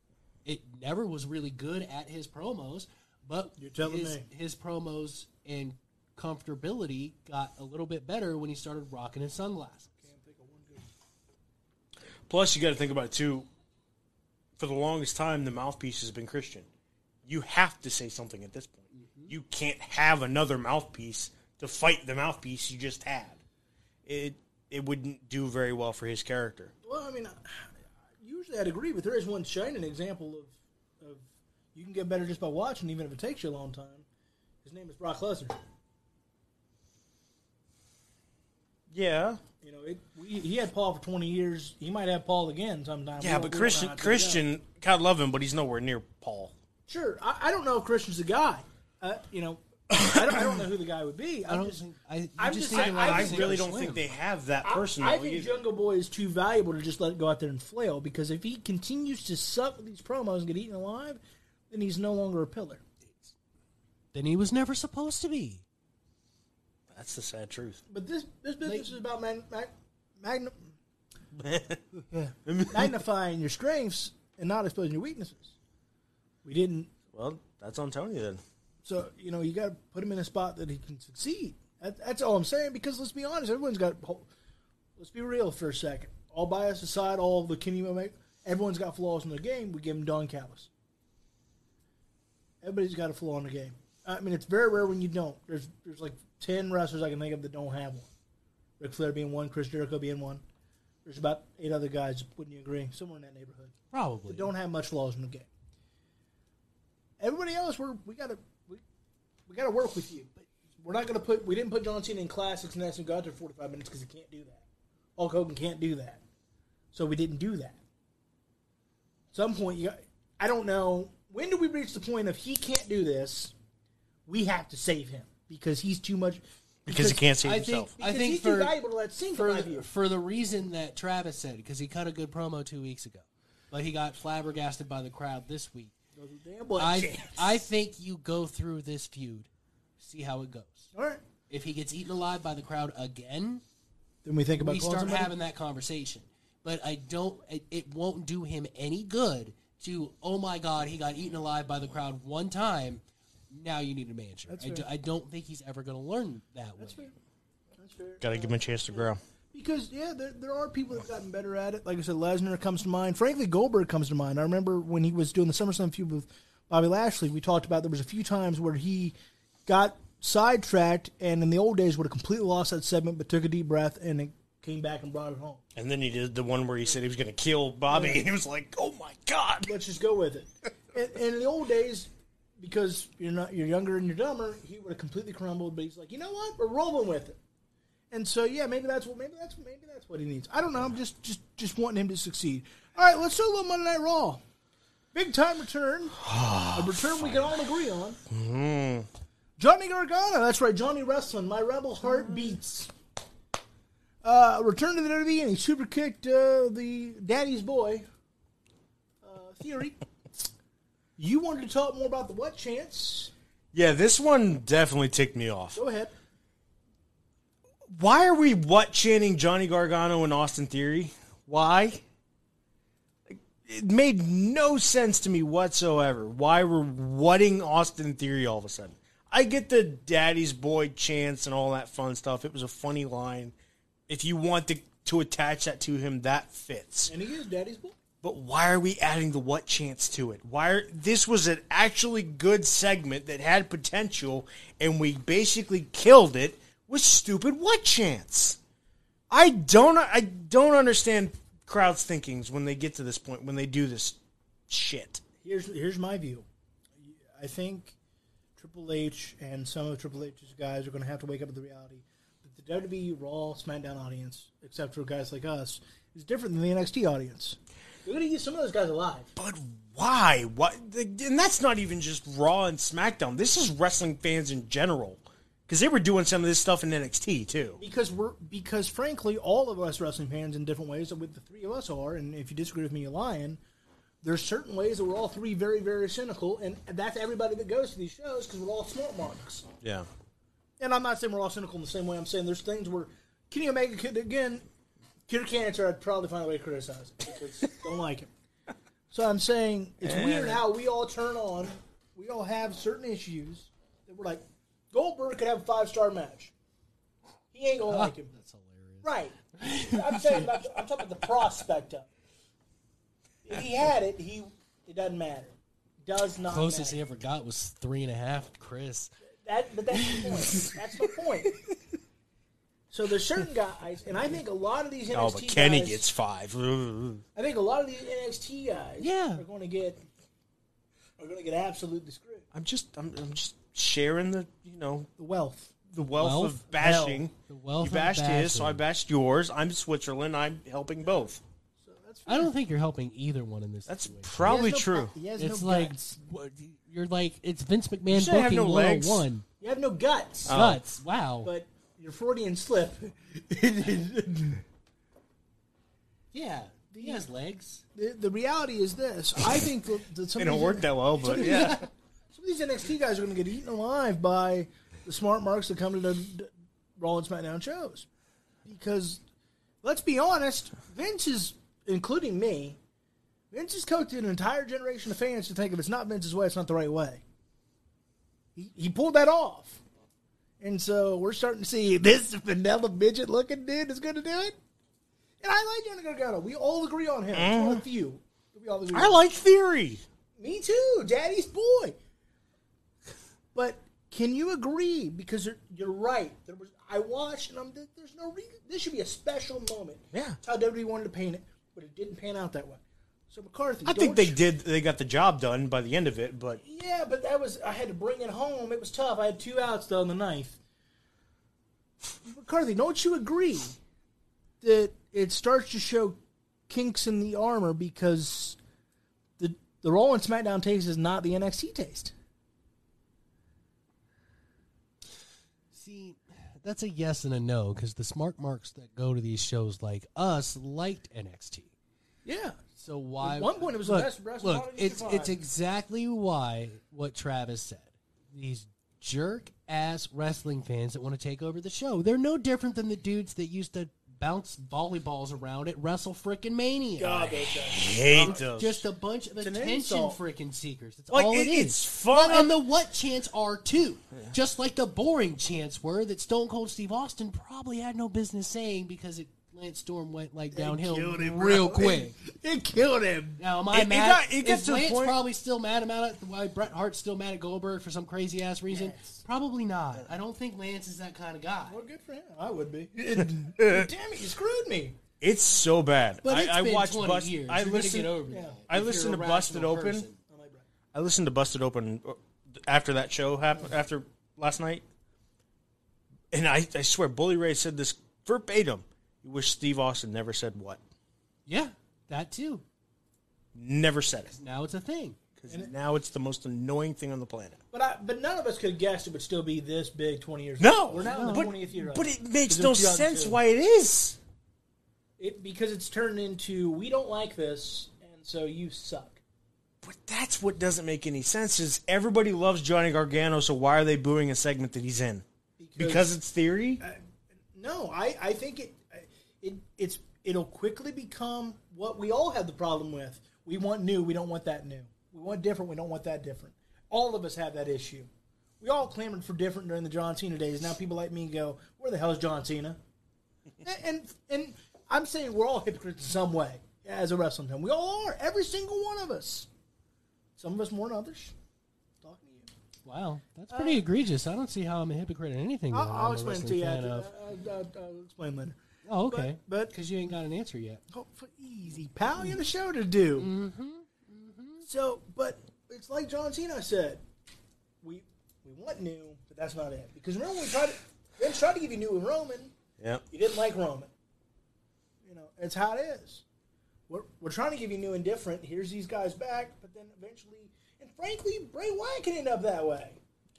S1: It never was really good at his promos, but
S2: You're telling
S1: his,
S2: me.
S1: his promos and comfortability got a little bit better when he started rocking his sunglasses.
S3: Plus, you got to think about it too. For the longest time, the mouthpiece has been Christian. You have to say something at this point.
S1: Mm-hmm.
S3: You can't have another mouthpiece to fight the mouthpiece you just had. It it wouldn't do very well for his character.
S2: Well, I mean, I- I'd agree, but there is one shining example of, of you can get better just by watching, even if it takes you a long time. His name is Brock Lesnar.
S3: Yeah.
S2: You know, it, we, he had Paul for 20 years. He might have Paul again sometime. We
S3: Yeah,
S2: don't-
S3: but
S2: we don't know
S3: Christian,
S2: how to figure it out.
S3: Christian, God love him, but he's nowhere near Paul.
S2: Sure, I, I don't know if Christian's the guy. Uh, you know, I don't, I don't know who the guy would be. I'm
S1: I don't
S2: just,
S1: think. I, you
S2: I'm
S1: just
S2: just
S1: need
S2: saying,
S1: to
S2: I-
S1: let
S3: I,
S1: it sink
S3: really
S1: or
S3: don't
S1: swim.
S3: think they have that
S2: I-
S3: personally.
S2: I think
S3: either.
S2: Jungle Boy is too valuable to just let it go out there and flail because if he continues to suck with these promos and get eaten alive, then he's no longer a pillar.
S1: Then he was never supposed to be.
S3: That's the sad truth.
S2: But this this business is about mag, mag, magna, magnifying your strengths and not exposing your weaknesses. We didn't,
S3: Well, that's on Tony then.
S2: so you know you got to put him in a spot that he can succeed. That, that's all I'm saying. Because let's be honest, everyone's got. ho- Let's be real for a second. All bias aside, all the can you make? Everyone's got flaws in their game. We give him Don Callis. Everybody's got a flaw in their game. I mean, it's very rare when you don't. There's there's like ten wrestlers I can think of that don't have one. Ric Flair being one, Chris Jericho being one. There's about eight other guys. Wouldn't you agree? Somewhere in that neighborhood
S1: Probably.
S2: that don't have much flaws in the game. Everybody else, we're we gotta we, we gotta work with you, but we're not gonna put we didn't put John Cena in classics and ask him to go out there forty five minutes because he can't do that. Hulk Hogan can't do that, so we didn't do that. Some point, you got, I don't know when do we reach the point of he can't do this. We have to save him because he's too much.
S3: Because he can't save
S1: I think.
S3: himself.
S1: I
S2: because
S1: think
S2: he's
S1: for
S2: too valuable to let sink.
S1: for
S2: my
S1: the,
S2: view.
S1: for the reason that Travis said, because he cut a good promo two weeks ago, but he got flabbergasted by the crowd this week.
S2: Damn boy,
S1: I
S2: shit.
S1: I think you go through this feud, see how it goes.
S2: All right.
S1: If he gets eaten alive by the crowd again,
S2: Then we think about
S1: we
S2: calling
S1: start
S2: somebody?
S1: having that conversation. But I don't. It, it won't do him any good to. Oh my God, he got eaten alive by the crowd one time. Now you need a manager. I, do, I don't think he's ever going to learn that way.
S2: That's fair.
S3: Got to give him a chance to grow.
S2: Because yeah, there, there are people that've gotten better at it. Like I said, Lesnar comes to mind. Frankly, Goldberg comes to mind. I remember when he was doing the SummerSlam feud with Bobby Lashley. We talked about there was a few times where he got sidetracked, and in the old days would have completely lost that segment, but took a deep breath and it came back and brought it home.
S3: And then he did the one where he said he was going to kill Bobby, and he was like, "Oh my god!"
S2: Let's just go with it. And, and in the old days, because you're not you're younger and you're dumber, he would have completely crumbled. But he's like, you know what? We're rolling with it. And so yeah, maybe that's what maybe that's maybe that's what he needs. I don't know. I'm just just just wanting him to succeed. All right, let's do a little Monday Night Raw. Big time return, a return we can all agree on. Johnny Gargano, that's right, Johnny Wrestling, my rebel heart beats. Uh, return to the WWE, and he super kicked uh, the daddy's boy, uh, Theory. you wanted to talk more about the what chance?
S3: Yeah, this one definitely ticked me off.
S2: Go ahead.
S3: Why are we what chanting Johnny Gargano and Austin Theory? Why? It made no sense to me whatsoever. Why we're whatting Austin Theory all of a sudden? I get the daddy's boy chance and all that fun stuff. It was a funny line. If you want to, to attach that to him, that fits.
S2: And he is daddy's boy.
S3: But why are we adding the what chance to it? Why are, this was an actually good segment that had potential, and we basically killed it with stupid what chance. I don't I don't understand crowds' thinkings when they get to this point when they do this shit.
S2: Here's here's my view. I think Triple H and some of Triple H's guys are going to have to wake up to the reality that the WWE Raw SmackDown audience, except for guys like us, is different than the NXT audience. You're going to get some of those guys alive.
S3: But why? What? And that's not even just Raw and SmackDown. This is wrestling fans in general because they were doing some of this stuff in NXT too.
S2: because we're because frankly all of us wrestling fans in different ways with the three of us are and if you disagree with me you're lying there's certain ways that we're all three very very cynical and that's everybody that goes to these shows because we're all smart marks
S3: Yeah.
S2: and i'm not saying we're all cynical in the same way i'm saying there's things where kenny omega could again cure cancer i'd probably find a way to criticize it because don't like him so i'm saying it's weird how we all turn on we all have certain issues that we're like goldberg could have a five star match he ain't gonna like him
S1: That's hilarious.
S2: Right. I'm saying about I'm talking about the prospect of. it. If he had it, he it doesn't matter. Does not
S1: Closest
S2: matter.
S1: he ever got was three and a half. Chris.
S2: That, but that's the point. That's the point. So there's certain guys, and I think a lot of these NXT
S3: Oh, but Kenny
S2: guys,
S3: gets five.
S2: I think a lot of these NXT guys,
S1: Yeah.
S2: are going to get are going to get absolutely screwed.
S3: I'm just, I'm, I'm just sharing the, you know,
S2: The wealth.
S3: the wealth,
S1: Wealth?
S3: of bashing.
S1: Hell. The wealth
S3: you bashed
S1: of
S3: his, so I
S1: bashing.
S3: bashed yours. I'm Switzerland. I'm helping both.
S1: I don't think you're helping either one in this.
S3: That's
S1: situation.
S2: He
S3: probably
S2: has no
S3: true.
S2: pro- He has
S1: it's
S2: no
S1: like
S2: guts.
S1: what- you're like it's Vince McMahon
S3: said I have
S1: booking
S3: no legs. Oh.
S1: 101.
S2: You have no guts,
S3: Uh.
S1: Guts. Wow.
S2: but your Freudian slip.
S1: yeah, he has legs.
S2: the, the reality is this: I think that, that some
S3: It
S2: of
S3: don't
S2: these-
S3: work that well, but yeah.
S2: some of these NXT guys are going to get eaten alive by the smart marks that come to the the Raw and SmackDown shows. Because let's be honest, Vince is, including me, Vince has coached an entire generation of fans to think if it's not Vince's way, it's not the right way. He, he pulled that off. And so we're starting to see this vanilla midget looking dude is going to do it. And I like Johnny Gargano. We all agree on him. It's one of the few. that We all agree on.
S3: I like theory.
S2: Me too, daddy's boy. But can you agree? Because you're, you're right. There was I watched and I'm there's no reason. This should be a special moment.
S3: Yeah.
S2: It's how WWE wanted to paint it, but it didn't pan out that way. So McCarthy,
S3: I
S2: don't
S3: think they
S2: you-
S3: did. They got the job done by the end of it, but
S2: Yeah, but that was I had to bring it home. It was tough. I had two outs though in the ninth. McCarthy, don't you agree that it starts to show kinks in the armor because the the Raw and SmackDown taste is not the NXT taste.
S1: See, that's a yes and a no because the smart marks that go to these shows like us liked NXT.
S2: Yeah.
S1: So why?
S2: At one point, it was the
S1: look,
S2: best wrestling
S1: Look,
S2: product you
S1: it's
S2: could
S1: it's
S2: find.
S1: exactly why what Travis said. These jerk ass wrestling fans that want to take over the show. They're no different than the dudes that used to bounce volleyballs around at Wrestle Frickin' Mania.
S3: hate those.
S1: Just a bunch of
S2: an
S1: attention
S2: insult.
S1: freaking seekers. That's
S3: Like,
S1: all it
S3: it-
S1: is.
S3: it's fun.
S1: Well, and the what chants are too. Just like the boring chants were that Stone Cold Steve Austin probably had no business saying because it Lance Storm went like downhill real quick.
S2: It killed him.
S1: Now am I
S3: It- it
S1: mad?
S3: got- it got
S1: is
S3: to the
S1: Lance
S3: point-
S1: probably still mad about it? Why Bret Hart's still mad at Goldberg for some crazy ass reason? Probably not. I don't think Lance is that kind of guy.
S2: Well, good for him. I would be. Damn it, you screwed me.
S3: It's so bad.
S1: But
S3: I,
S1: it's
S3: I
S1: been
S3: watched
S1: 20
S3: Bust.
S1: years.
S3: I
S1: You're gonna get
S3: listened.
S1: over that
S3: I
S1: if you're
S3: listened
S1: a
S3: to Busted
S1: rational
S3: Open.
S1: person.
S3: I listened to Busted Open uh, after that show happened after last night, and I, I swear Bully Ray said this verbatim. You wish Steve Austin never said what.
S1: Yeah, that too.
S3: Never said it
S1: Now it's a thing.
S3: because now it's the most annoying thing on the planet.
S2: But I, but none of us could have guessed it would still be this big twenty years.
S3: No,
S2: ago. we're now in the
S3: but-
S2: twentieth year. of
S3: But it makes
S2: Because
S3: no
S2: of 2002.
S3: sense why it is.
S2: It- because it's turned into we don't like this, and so you suck.
S3: But that's what doesn't make any sense. Is everybody loves Johnny Gargano, so why are they booing a segment that he's in? Because, it's theory.
S2: No, I, I think it, it it's it'll quickly become what we all have the problem with. We want new, we don't want that new. We want different, we don't want that different. All of us have that issue. We all clamored for different during the John Cena days. Now people like me go, "Where the hell is John Cena?" And- and and I'm saying we're all hypocrites in some way as a wrestling fan. We all are, every single one of us. Some of us more than others. Talking to you.
S1: Wow,
S3: Uh,
S1: that's pretty egregious. I don't see how I'm a hypocrite or anything.
S2: I'll,
S1: though.
S2: I'll
S1: I'm a
S2: explain it to
S1: wrestling
S2: you.
S1: fan
S3: uh,
S2: after-
S1: of-
S2: I'll, I'll- I'll explain later.
S1: Oh, okay.
S2: but-
S1: because you ain't got an answer yet.
S2: Oh, for easy, pal. You're the show to do. Mm-hmm, So, but it's like John Cena said, we we want new, but that's not it. Because remember, when we tried to, Vince tried to give you new with Roman.
S3: Yeah.
S2: You didn't like Roman. You know, it's how it is. We're, we're trying to give you new and different. Here's these guys back, but then eventually, and frankly, Bray Wyatt can end up that way.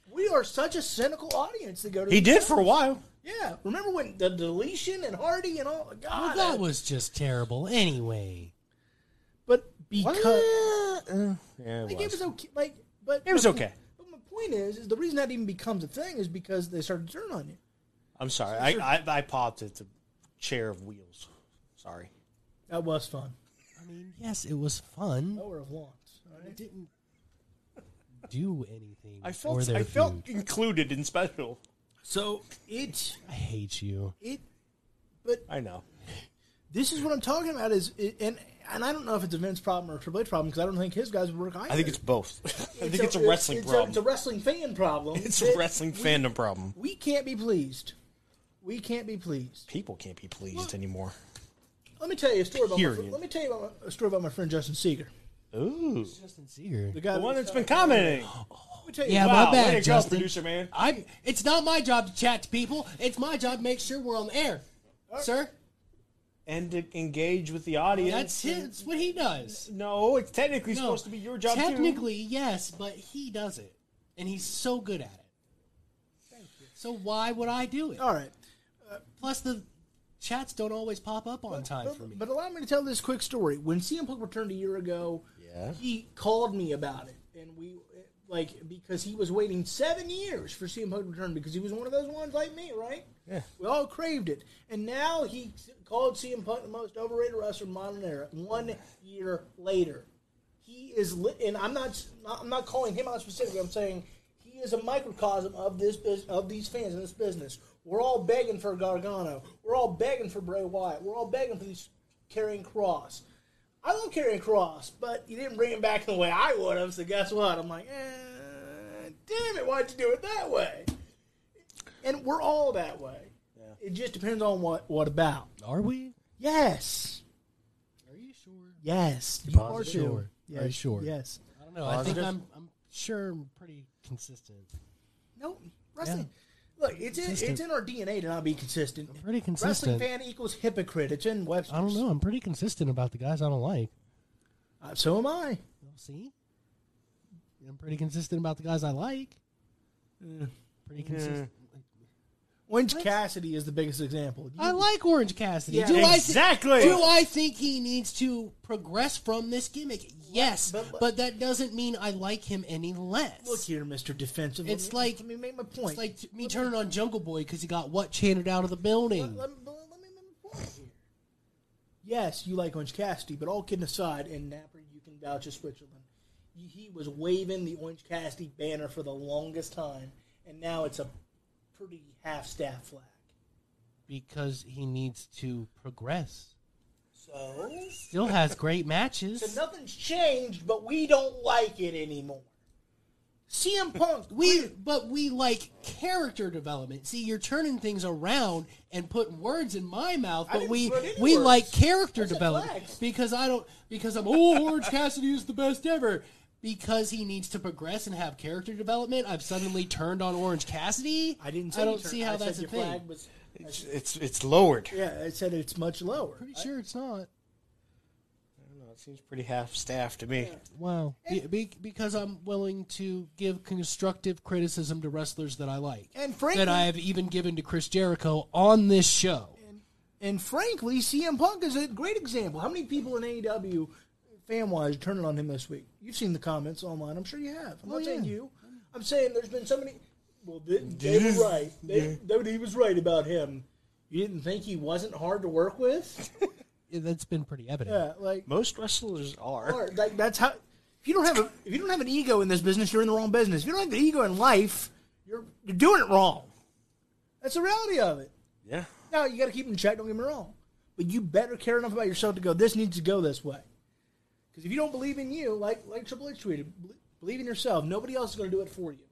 S2: We are such a cynical audience to go to.
S3: He
S2: these
S3: did for a
S2: shows.
S3: while.
S2: Yeah, remember when the deletion and Hardy and all? God,
S3: Oh,
S1: Well,
S2: I-
S1: that was just terrible. Anyway,
S2: But because
S3: Uh, Eh, yeah, it
S2: like
S3: was.
S2: it was okay, like but
S3: It was
S2: my-
S3: okay.
S2: But my point is, is the reason that even becomes a thing is because they started to turn on you.
S3: I'm sorry. I, I I popped at the chair of wheels. Sorry.
S2: That was fun.
S1: I mean, yes, it was fun.
S2: Power of Lawns.
S1: It didn't do anything.
S3: I
S1: for
S3: felt
S1: their
S3: I felt
S1: feud.
S3: included in special.
S2: So it
S1: I hate you.
S2: it
S3: I know.
S2: this is what I'm talking about is it, and and I don't know if it's a Vince problem or a Triple H problem because I don't think his guys would work either.
S3: I think it's both. I think it's a wrestling
S2: it's
S3: problem.
S2: it's a wrestling fan problem.
S3: It's
S2: that
S3: a wrestling fandom problem.
S2: We can't be pleased. We can't be pleased.
S3: People can't be pleased anymore.
S2: Let me tell you a story about. My, fr-
S3: Period.
S2: let me tell you about my, a story about my friend Justin Seeger.
S3: Ooh,
S1: Justin Seeger.
S2: The guy.
S3: the one
S2: that-
S3: that's been commenting.
S2: let me tell you,
S1: Yeah,
S3: Wow,
S1: my
S3: way
S1: bad,
S3: to go,
S1: Justin.
S3: producer man.
S1: I'm. It's not my job to chat to people. It's my job to make sure we're on the air,
S3: Uh,
S1: sir.
S3: And to engage with the audience.
S1: That's his. It's what he does.
S3: No, it's technically
S1: No,
S3: supposed to be your job too.
S1: Technically, yes, but he does it, and he's so good at it. So why would I do it?
S2: All right.
S1: Plus, the chats don't always pop up on time for me.
S2: But allow me to tell this quick story. When CM Punk returned a year ago, he called me about it, and we like because he was waiting seven years for CM Punk to return because he was one of those ones like me, right? Yeah. We all craved it, and now he s- called CM Punk the most overrated wrestler in modern era. One year later, he is lit, and I'm not, s- not I'm not calling him out specifically. I'm saying he is a microcosm of this bus- of these fans in this business. We're all begging for Gargano. We're all begging for Bray Wyatt. We're all begging for these carrying cross. I love carrying cross, but you didn't bring him back in the way I would have. So guess what? I'm like, eh, damn it! Why'd you do it that way? And we're all that way. It just depends on what what about.
S1: Are we?
S2: Yes.
S1: Are you sure?
S2: Yes. You are
S1: positive? Sure.
S2: Yes.
S1: Are you sure?
S2: Yes.
S1: I don't know. I think I'm. I'm sure. I'm pretty consistent.
S2: No, wrestling. Look, it's in, it's in our DNA to not be consistent.
S1: Pretty
S2: Wrestling
S1: consistent.
S2: fan equals hypocrite. It's in Webster's.
S1: I don't know. I'm pretty consistent about the guys I don't like.
S2: Uh, so am I.
S1: Oh, See, I'm pretty consistent about the guys I like.
S2: Eh.
S1: Pretty consistent.
S2: Orange Cassidy is the biggest example. You-
S1: I like Orange Cassidy.
S2: Yeah.
S1: do I
S3: Exactly.
S1: thi- do I think he needs to progress from this gimmick? Yes, but,
S2: But- but-
S1: that doesn't mean I like him any less.
S2: Look here, Mister Defensive.
S1: It's
S2: let me,
S1: like-
S2: let me make my point.
S1: it's like t- me turning on Jungle Boy because he got what chanted out of the building.
S2: Let, let- let me make a point here. Yes, you like Orange Cassidy, but all kidding aside, and Napper, you can vouch as Switzerland. He, he was waving the Orange Cassidy banner for the longest time, and now it's a pretty half-staff flag.
S1: because he needs to progress.
S2: So,
S1: Still has great matches.
S2: so nothing's changed, but we don't like it anymore. CM Punk,
S1: We but we like character development. See, you're turning things around and putting words in my mouth, but
S2: didn't
S1: we
S2: put any
S1: we
S2: words.
S1: like character
S2: I said
S1: development
S2: facts.
S1: because I don't because I'm oh Orange Cassidy is the best ever because he needs to progress and have character development. I've suddenly turned on Orange Cassidy.
S2: I didn't. Say
S1: I don't
S2: you turned-
S1: see how
S2: I said
S1: that's a
S2: your
S1: thing.
S2: Flag was,
S3: It's, it's it's lowered.
S2: yeah, I said it's much lower.
S1: Pretty sure it's not.
S3: No, it seems pretty half staffed to me.
S1: Wow, be, be, because I'm willing to give constructive criticism to wrestlers that I like
S2: And frankly-
S1: that I have even given to Chris Jericho on this show.
S2: And frankly, CM Punk is a great example. How many people in E AEW, fan wise, turning on him this week? You've seen the comments online. I'm sure you have.
S1: Oh,
S2: I'm not saying you. I'm saying there's been so many. Well, they, they were right. They, Nobody was right about him. You didn't think he wasn't hard to work with?
S1: Yeah, that's been pretty evident.
S2: Yeah, like,
S3: Most wrestlers are.
S2: hard. like that's how. If you don't have a, if you don't have an ego in this business, you're in the wrong business. If you don't have an ego in life, you're you're doing it wrong. That's the reality of it.
S3: Yeah.
S2: No, you got to keep them in check. Don't get me wrong, but you better care enough about yourself to go. This needs to go this way. Because if you don't believe in you, like like Triple H tweeted, "Bel- believe in yourself. Nobody else is going to do it for you.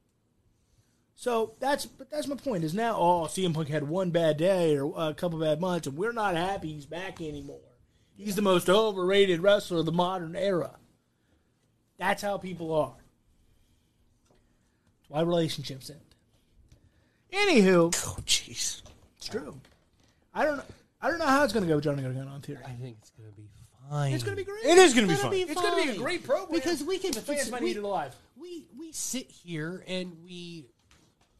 S2: So that's but that's my point. Is now oh CM Punk had one bad day or a couple bad months, and we're not happy he's back anymore. He's the most overrated wrestler of the modern era. That's how people are. That's why relationships end. Anywho,
S3: Oh, jeez.
S2: it's true. I don't. I don't know how it's going to go with Johnny Gargano on theory.
S1: I think it's gonna be fine.
S2: It's going to be great.
S3: It is going to be
S1: It's
S3: fun.
S1: gonna be
S2: It's going to be a
S1: fine.
S2: great program
S1: because we can
S2: The fans
S1: fix-
S2: might
S1: we,
S2: need it alive.
S1: We we sit here and we,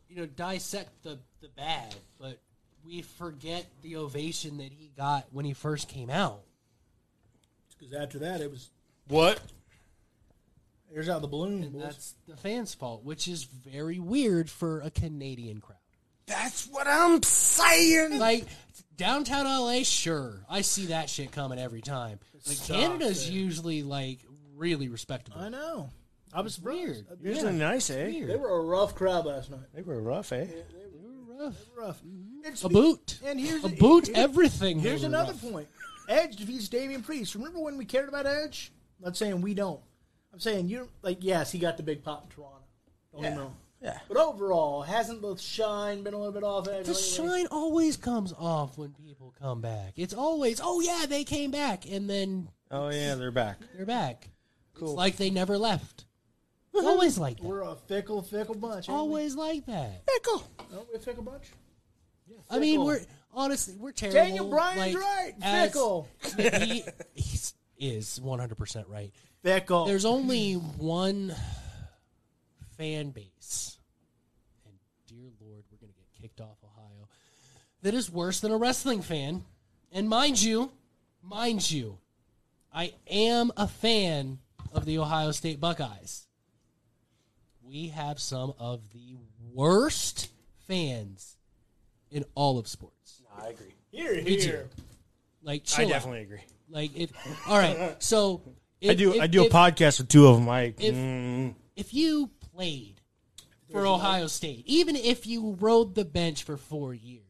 S1: you know, dissect the the bad, but we forget the ovation that he got when he first came out.
S2: Because after that, it was
S3: What?
S2: here's out the balloon.
S1: And
S2: boys.
S1: that's the fans' fault, which is very weird for a Canadian crowd.
S3: That's what I'm saying.
S1: Like downtown LA, sure, I see that shit coming every time. But Canada's usually like really respectable.
S2: I know. I was surprised.
S1: Weird.
S3: You're usually nice, eh?
S2: They were a rough crowd last night.
S3: They were rough, eh?
S1: Rough.
S2: Rough. And
S1: A
S2: speak-
S1: boot.
S2: And here's
S1: a
S2: the-
S1: boot.
S2: here-
S1: everything.
S2: Here's
S1: they were
S2: another
S1: rough.
S2: point. Edge defeats Damian Priest. Remember when we cared about Edge? I'm not saying we don't. I'm saying you're like yes, he got the big pop in Toronto. Don't get me wrong. Yeah. But overall, hasn't the shine been a little bit off? edge
S1: The
S2: lately?
S1: shine always comes off when people come back. It's always, oh yeah, they came back, and then
S3: Oh yeah, they're back.
S1: they're back. It's like they never left. always like that.
S2: We're a fickle, fickle bunch. ain't we?
S1: Always like that.
S2: Aren't we a fickle bunch?
S1: I mean, we're honestly we're terrible.
S2: Daniel Bryan's
S1: like,
S2: right.
S1: as-
S2: Fickle.
S1: he he's, is one hundred percent right.
S3: Oh.
S2: Fickle.
S1: There's only one fan base, and dear Lord, we're going to get kicked off Ohio, that is worse than a wrestling fan. And mind you, mind you, I am a fan of the Ohio State Buckeyes. We have some of the worst fans in all of sports.
S3: I agree.
S2: here,
S1: Me too.
S2: here.
S1: Like,
S3: I
S1: chill out.
S3: definitely agree.
S1: like if. All right, so
S3: I do.
S1: if-
S3: I do a
S1: if-
S3: podcast with two of them. I
S1: if-
S3: mm,
S1: if you played for Ohio State, even if you rode the bench for four years,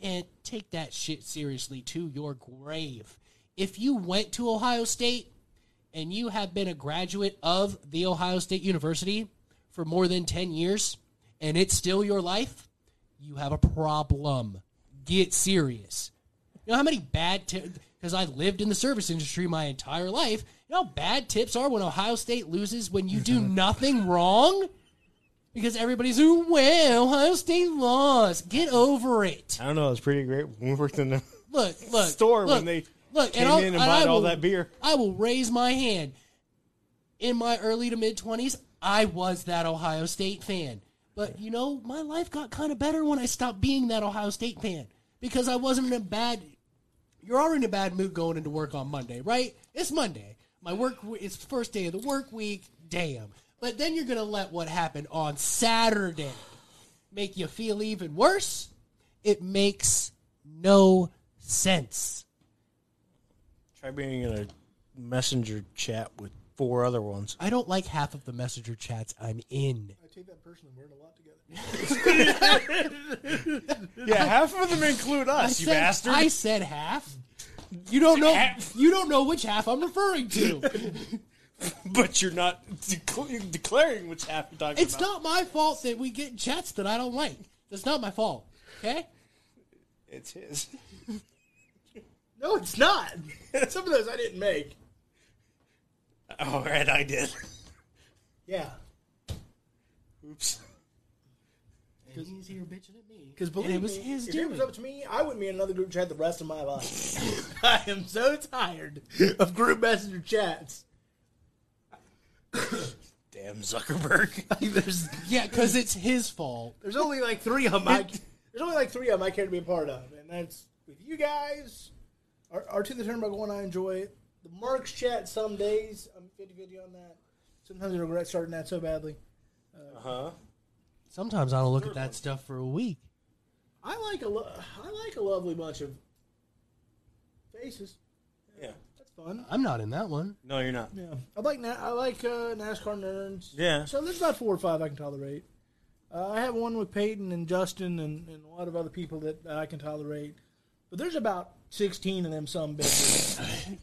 S1: and take that shit seriously to your grave, if you went to Ohio State and you have been a graduate of the Ohio State University for more than 10 years and it's still your life, you have a problem. Get serious. You know how many bad tips? Because I lived in the service industry my entire life. You know how bad tips are when Ohio State loses when you do nothing wrong? Because everybody's, "Ooh, well, Ohio State lost. Get over it.
S3: I don't know. It was pretty great when we worked in the
S1: Look, look.
S3: store
S1: look,
S3: when they
S1: look,
S3: came
S1: I'll-
S3: in and
S1: I
S3: bought all
S1: will-
S3: that beer.
S1: I will raise my hand. In my early to mid 20s, I was that Ohio State fan. But, you know, my life got kind of better when I stopped being that Ohio State fan because I wasn't in a bad. You're already in a bad mood going into work on Monday, right? It's Monday. My work w- is first day of the work week. Damn. But then you're going to let what happened on Saturday make you feel even worse. It makes no sense.
S3: Try being in a messenger chat with four other ones.
S1: I don't like half of the messenger chats I'm in.
S2: I take that personally. We're in a lot together.
S3: Yeah, half of them include
S1: I
S3: us, you
S1: said,
S3: bastard.
S1: I said half. You don't know. You don't know which half I'm referring to.
S3: but you're not decl- declaring which half you're talking
S1: it's not
S3: about.
S1: my fault that we get chats that I don't like. That's not my fault. Okay.
S3: It's his.
S2: No, it's not. Some of those I didn't make.
S3: All right, I did.
S2: Yeah.
S3: Oops.
S1: And he's here bitching at me.
S2: Because believe
S1: it was
S2: me,
S1: his
S2: if
S1: doing.
S2: it was up to me, I wouldn't be in another group chat the rest of my life. I am so tired of group messenger chats.
S3: Damn Zuckerberg.
S2: There's,
S1: yeah, because it's his fault.
S2: there's only like three of them. I, there's only like three of them I care to be a part of, and that's with you guys. Our, our to the turnbuckle one I enjoy. it. The Mark's chat some days I'm 50-50 on that. Sometimes I regret starting that so badly.
S1: Sometimes I don't look at that stuff for a week.
S2: I like a lo- I like a lovely bunch of faces.
S3: yeah.
S2: That's fun.
S1: I'm not in that one.
S3: No, you're not.
S2: Yeah, I like Na- I like uh, NASCAR nerds.
S3: Yeah.
S2: So there's about four or five I can tolerate. Uh, I have one with Peyton and Justin and, and a lot of other people that I can tolerate, but there's about sixteen of them some bitches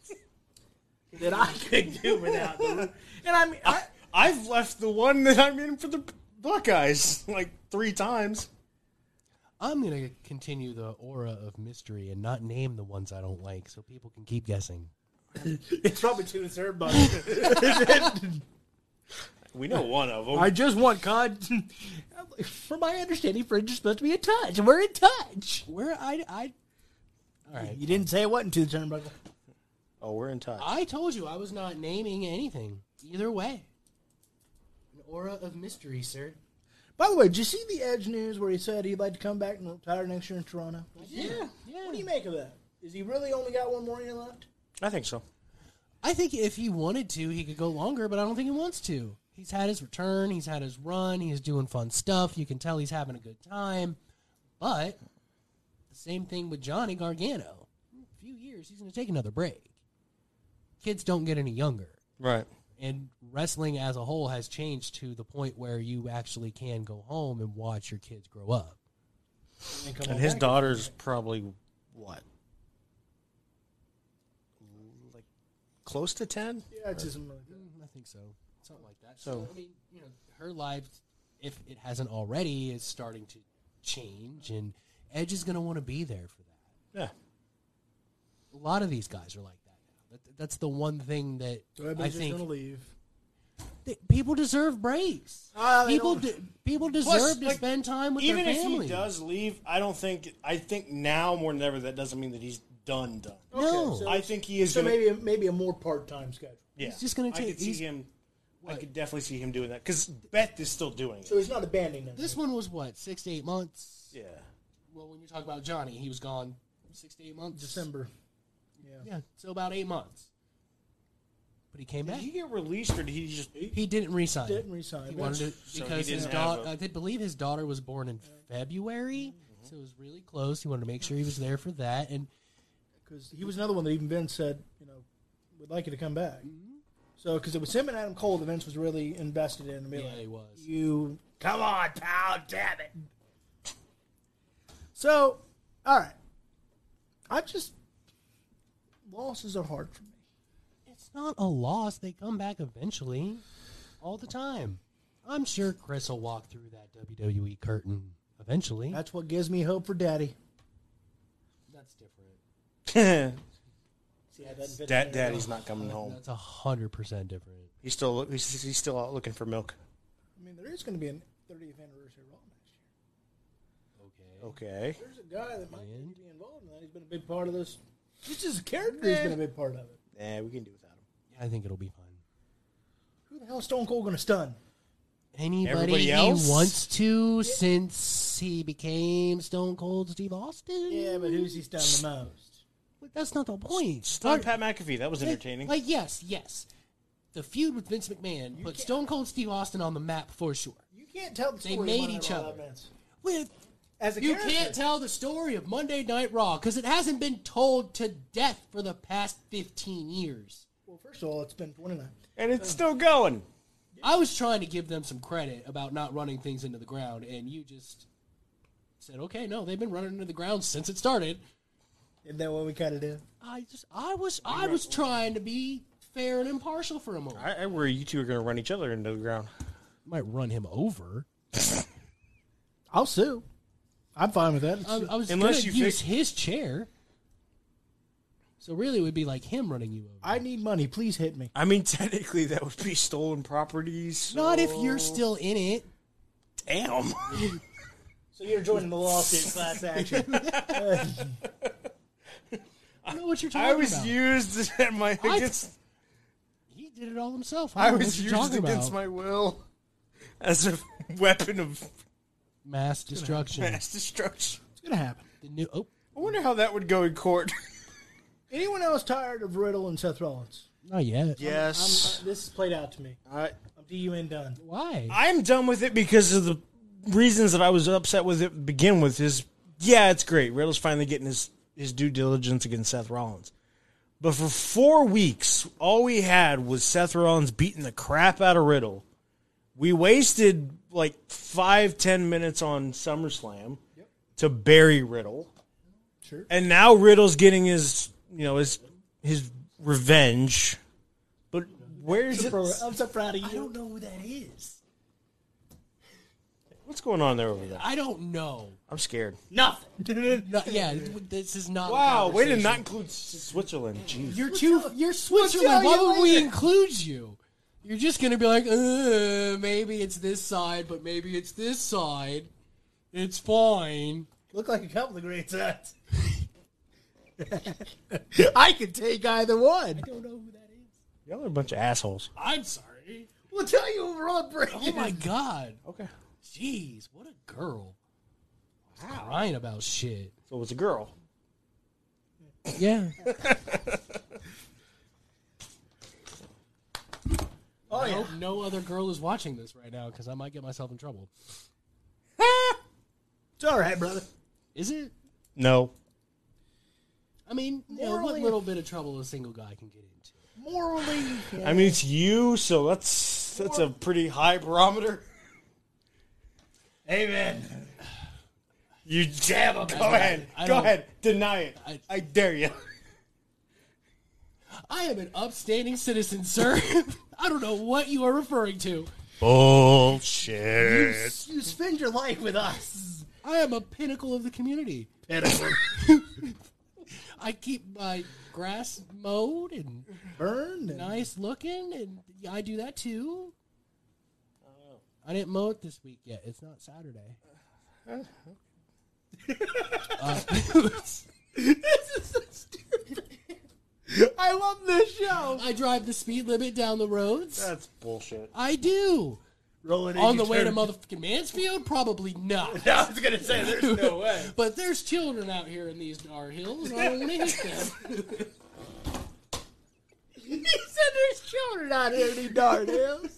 S2: that I could do without. Them. And I mean, I,
S3: I've left the one that I'm in for the Buckeyes like three times.
S1: I'm gonna continue the aura of mystery and not name the ones I don't like, so people can keep guessing.
S2: it's probably two and third, but
S3: We know one of them.
S2: I just want God. From my understanding, friends are supposed to be in touch. We're in touch.
S1: Where I I. All right.
S2: You didn't say it wasn't to the turnbuckle.
S3: oh, we're in touch.
S1: I told you I was not naming anything. Either way. An aura of mystery, sir.
S2: By the way, did you see the Edge news where he said he'd like to come back and retire next year in Toronto?
S1: Yeah. yeah.
S2: What do you make of that? Is he really only got one more year left?
S3: I think so.
S1: I think if he wanted to, he could go longer, but I don't think he wants to. He's had his return, he's had his run, he's doing fun stuff. You can tell he's having a good time. But the same thing with Johnny Gargano. In a few years, he's going to take another break. Kids don't get any younger.
S3: Right.
S1: and wrestling as a whole has changed to the point where you actually can go home and watch your kids grow up.
S3: And his daughter's probably what? Like close to 10?
S2: Yeah, it's just something like that.
S1: I think so, something like that.
S3: So-
S1: So I mean, you know, her life if it hasn't already, is starting to change, and Edge is going to want to be there for that.
S3: Yeah.
S1: A lot of these guys are like that now. That, that's the one thing that
S2: So everybody's
S1: I
S2: just
S1: think
S2: gonna leave.
S1: th- people deserve breaks.
S2: Ah, they
S1: people,
S2: don't-
S1: de- people deserve
S3: Plus,
S1: to
S3: like,
S1: spend time with
S3: Even
S1: their
S3: if
S1: family.
S3: he does leave, I don't think. I think now more than ever, that doesn't mean that he's done. Done.
S1: no,
S2: so-
S3: I think he is
S2: So
S3: going to.
S2: maybe maybe a more part time schedule.
S3: Yeah,
S1: he's just gonna
S3: I
S1: take-
S3: could see
S1: he's-
S3: him. I could definitely see him doing that because Beth is still doing
S2: So
S3: it.
S2: he's not abandoning them.
S1: this one was what six to eight months.
S3: Yeah.
S1: Well, when you talk about Johnny, he was gone six to eight months.
S2: December.
S1: Yeah, so about eight months. But he came
S3: Did
S1: back.
S3: he get released or did he just?
S1: He didn't resign.
S2: Didn't resign.
S1: He wanted to
S3: he
S1: because his
S3: didn't have
S1: daughter.
S3: a- Mm-hmm.
S1: I did believe his daughter was born in February, so it was really close. He wanted to make sure he was there for that, and
S2: because he was another one that even Vince said, you know, would like you to come back. So because it was him and Adam Cole that Vince was really invested in. And be
S1: Yeah,
S2: like,
S1: he was.
S2: You come on, pal, damn it. So, all right, I just losses are hard for me.
S1: it's not a loss. They come back eventually, all the time. I'm sure Chris will walk through that WWE curtain eventually.
S2: That's what gives me hope for Daddy.
S1: That's different.
S3: Dad,
S2: See, I doesn't fit
S3: Daddy's not coming home.
S1: That's a hundred percent different.
S3: He's still. He's, he's still out looking for milk.
S2: I mean, there is going to be an 30th anniversary Raw next year.
S1: Okay.
S3: Okay.
S2: There's a guy that might
S1: And?
S2: be involved in that. He's been a big part of this. He's just a character. He's been a big part of it.
S3: Yeah, we can do without him.
S1: Yeah, I think it'll be fun.
S2: Who the hell is Stone Cold going to stun?
S1: anybody
S3: Everybody
S1: he
S3: else?
S1: wants to since he became Stone Cold Steve Austin.
S2: Yeah, but who's he stunned the most?
S1: But that's not the point.
S3: Stun Pat McAfee. That was entertaining.
S1: Like, yes, yes. The feud with Vince McMahon put Stone Cold Steve Austin on the map for sure.
S2: You can't tell the
S1: They
S2: story.
S1: made
S2: of Monday
S1: each
S2: Raw
S1: other.
S2: events.
S1: With
S2: As a
S1: you
S2: character.
S1: can't tell the story of Monday Night Raw because it hasn't been told to death for the past fifteen years.
S2: Well, first of all, it's been 29.
S3: and
S1: uh,
S3: it's still going.
S1: I was trying to give them some credit about not running things into the ground, and you just said, "Okay, no, they've been running into the ground since it started."
S2: Isn't that what we kind of do?
S1: I just I was I was trying to be fair and impartial for a moment.
S3: I, I worry you two are going to run each other into the ground.
S1: might run him over.
S2: I'll sue. I'm fine with that.
S1: I, I was
S3: Unless
S1: Unless
S3: you
S1: you use
S3: fix-
S1: his chair. So really, it would be like him running you over.
S2: I need money. Please hit me.
S3: I mean, technically, that would be stolen properties.
S1: Not if you're still in it.
S3: Damn.
S2: So you're joining the lawsuit class action.
S1: I know what you're talking
S3: I was
S1: about.
S3: used at my
S1: I-
S3: against.
S1: he did it all himself.
S3: I,
S1: I, don't know what
S3: was
S1: you're
S3: used
S1: talking
S3: against
S1: about.
S3: my will as a weapon of
S1: mass destruction.
S3: mass destruction.
S2: it's going to happen.
S1: The new oh
S3: I wonder how that would go in court.
S2: Anyone else tired of Riddle and Seth Rollins?
S1: not yet.
S2: I'm,
S3: Yes,
S2: uh, this has played out to me.
S3: I,
S2: I'm D-U-N done.
S1: Why?
S3: I'm done with it because of the reasons that I was upset with it to begin with. Is yeah, it's great. Riddle's finally getting his his due diligence against Seth Rollins, but for four weeks, all we had was Seth Rollins beating the crap out of Riddle. We wasted like five ten minutes on SummerSlam to bury Riddle,
S2: Sure.
S3: and now Riddle's getting his you know his his revenge. But where's it?
S2: Bro, I'm so proud of you.
S1: I don't know who that is.
S3: What's going on there over there?
S1: I don't know.
S3: I'm scared.
S2: Nothing.
S1: No, yeah, this is not. a
S3: Wow, way to
S1: conversation.
S3: not include S- Switzerland. Jeez.
S1: You're too. You're Switzerland.
S2: tell
S1: Why
S2: you
S1: would we
S2: later.
S1: include you? You're just gonna be like, uh, maybe it's this side, but maybe it's this side. It's fine.
S2: Look like a couple of great sets. I could take either one. I don't know who that is.
S3: Y'all are a bunch of assholes.
S1: I'm sorry.
S2: We'll tell you over on break.
S1: Oh my god.
S3: Okay.
S1: Jeez, what a girl. Crying about shit.
S3: So it was a girl.
S1: Yeah.
S2: Oh
S1: Oh, I
S2: yeah.
S1: hope no other girl is watching this right now because I might get myself in trouble.
S2: It's all right, brother.
S1: Is it?
S3: No.
S1: I mean, you know, what
S2: Morally-
S1: little bit of trouble a single guy can get into?
S2: Morally,
S3: I mean, it's you, so that's that's a pretty high barometer.
S2: amen.
S3: You jab him. Go ahead.
S1: I
S3: Go
S1: don't-
S3: ahead. Deny it. I,
S1: I-
S3: dare you.
S1: I am an upstanding citizen, sir. I don't know what you are referring to.
S3: Bullshit.
S2: You spend your life with us.
S1: I am a pinnacle of the community. I keep my grass mowed and
S2: Burned. And
S1: nice looking, and I do that too. I didn't mow it this week yet. It's not Saturday.
S2: I love this show.
S1: I drive the speed limit down the roads.
S3: That's bullshit.
S1: I do.
S2: Rolling
S1: On the way to motherfucking Mansfield? Probably not.
S2: I was gonna say there's no way.
S1: But there's children out here in these dar hills. and I don't want to hit them.
S2: he said there's children out here in these darn hills.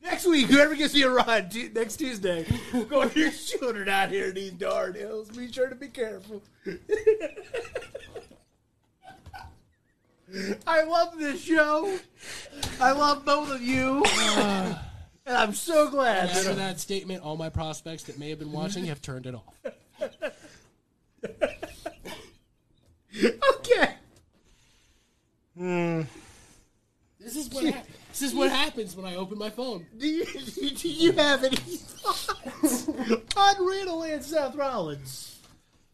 S2: Next week, whoever gets me a ride t- next Tuesday, we're going there's children out here in these darn hills. Be sure to be careful. I love this show. I love both of you. and I'm so glad that
S1: After that statement, all my prospects that may have been watching have turned it off.
S2: Okay.
S1: This is what hap- this is what happens when I open my phone.
S2: Do you, do you have any thoughts on Riddle and Seth Rollins?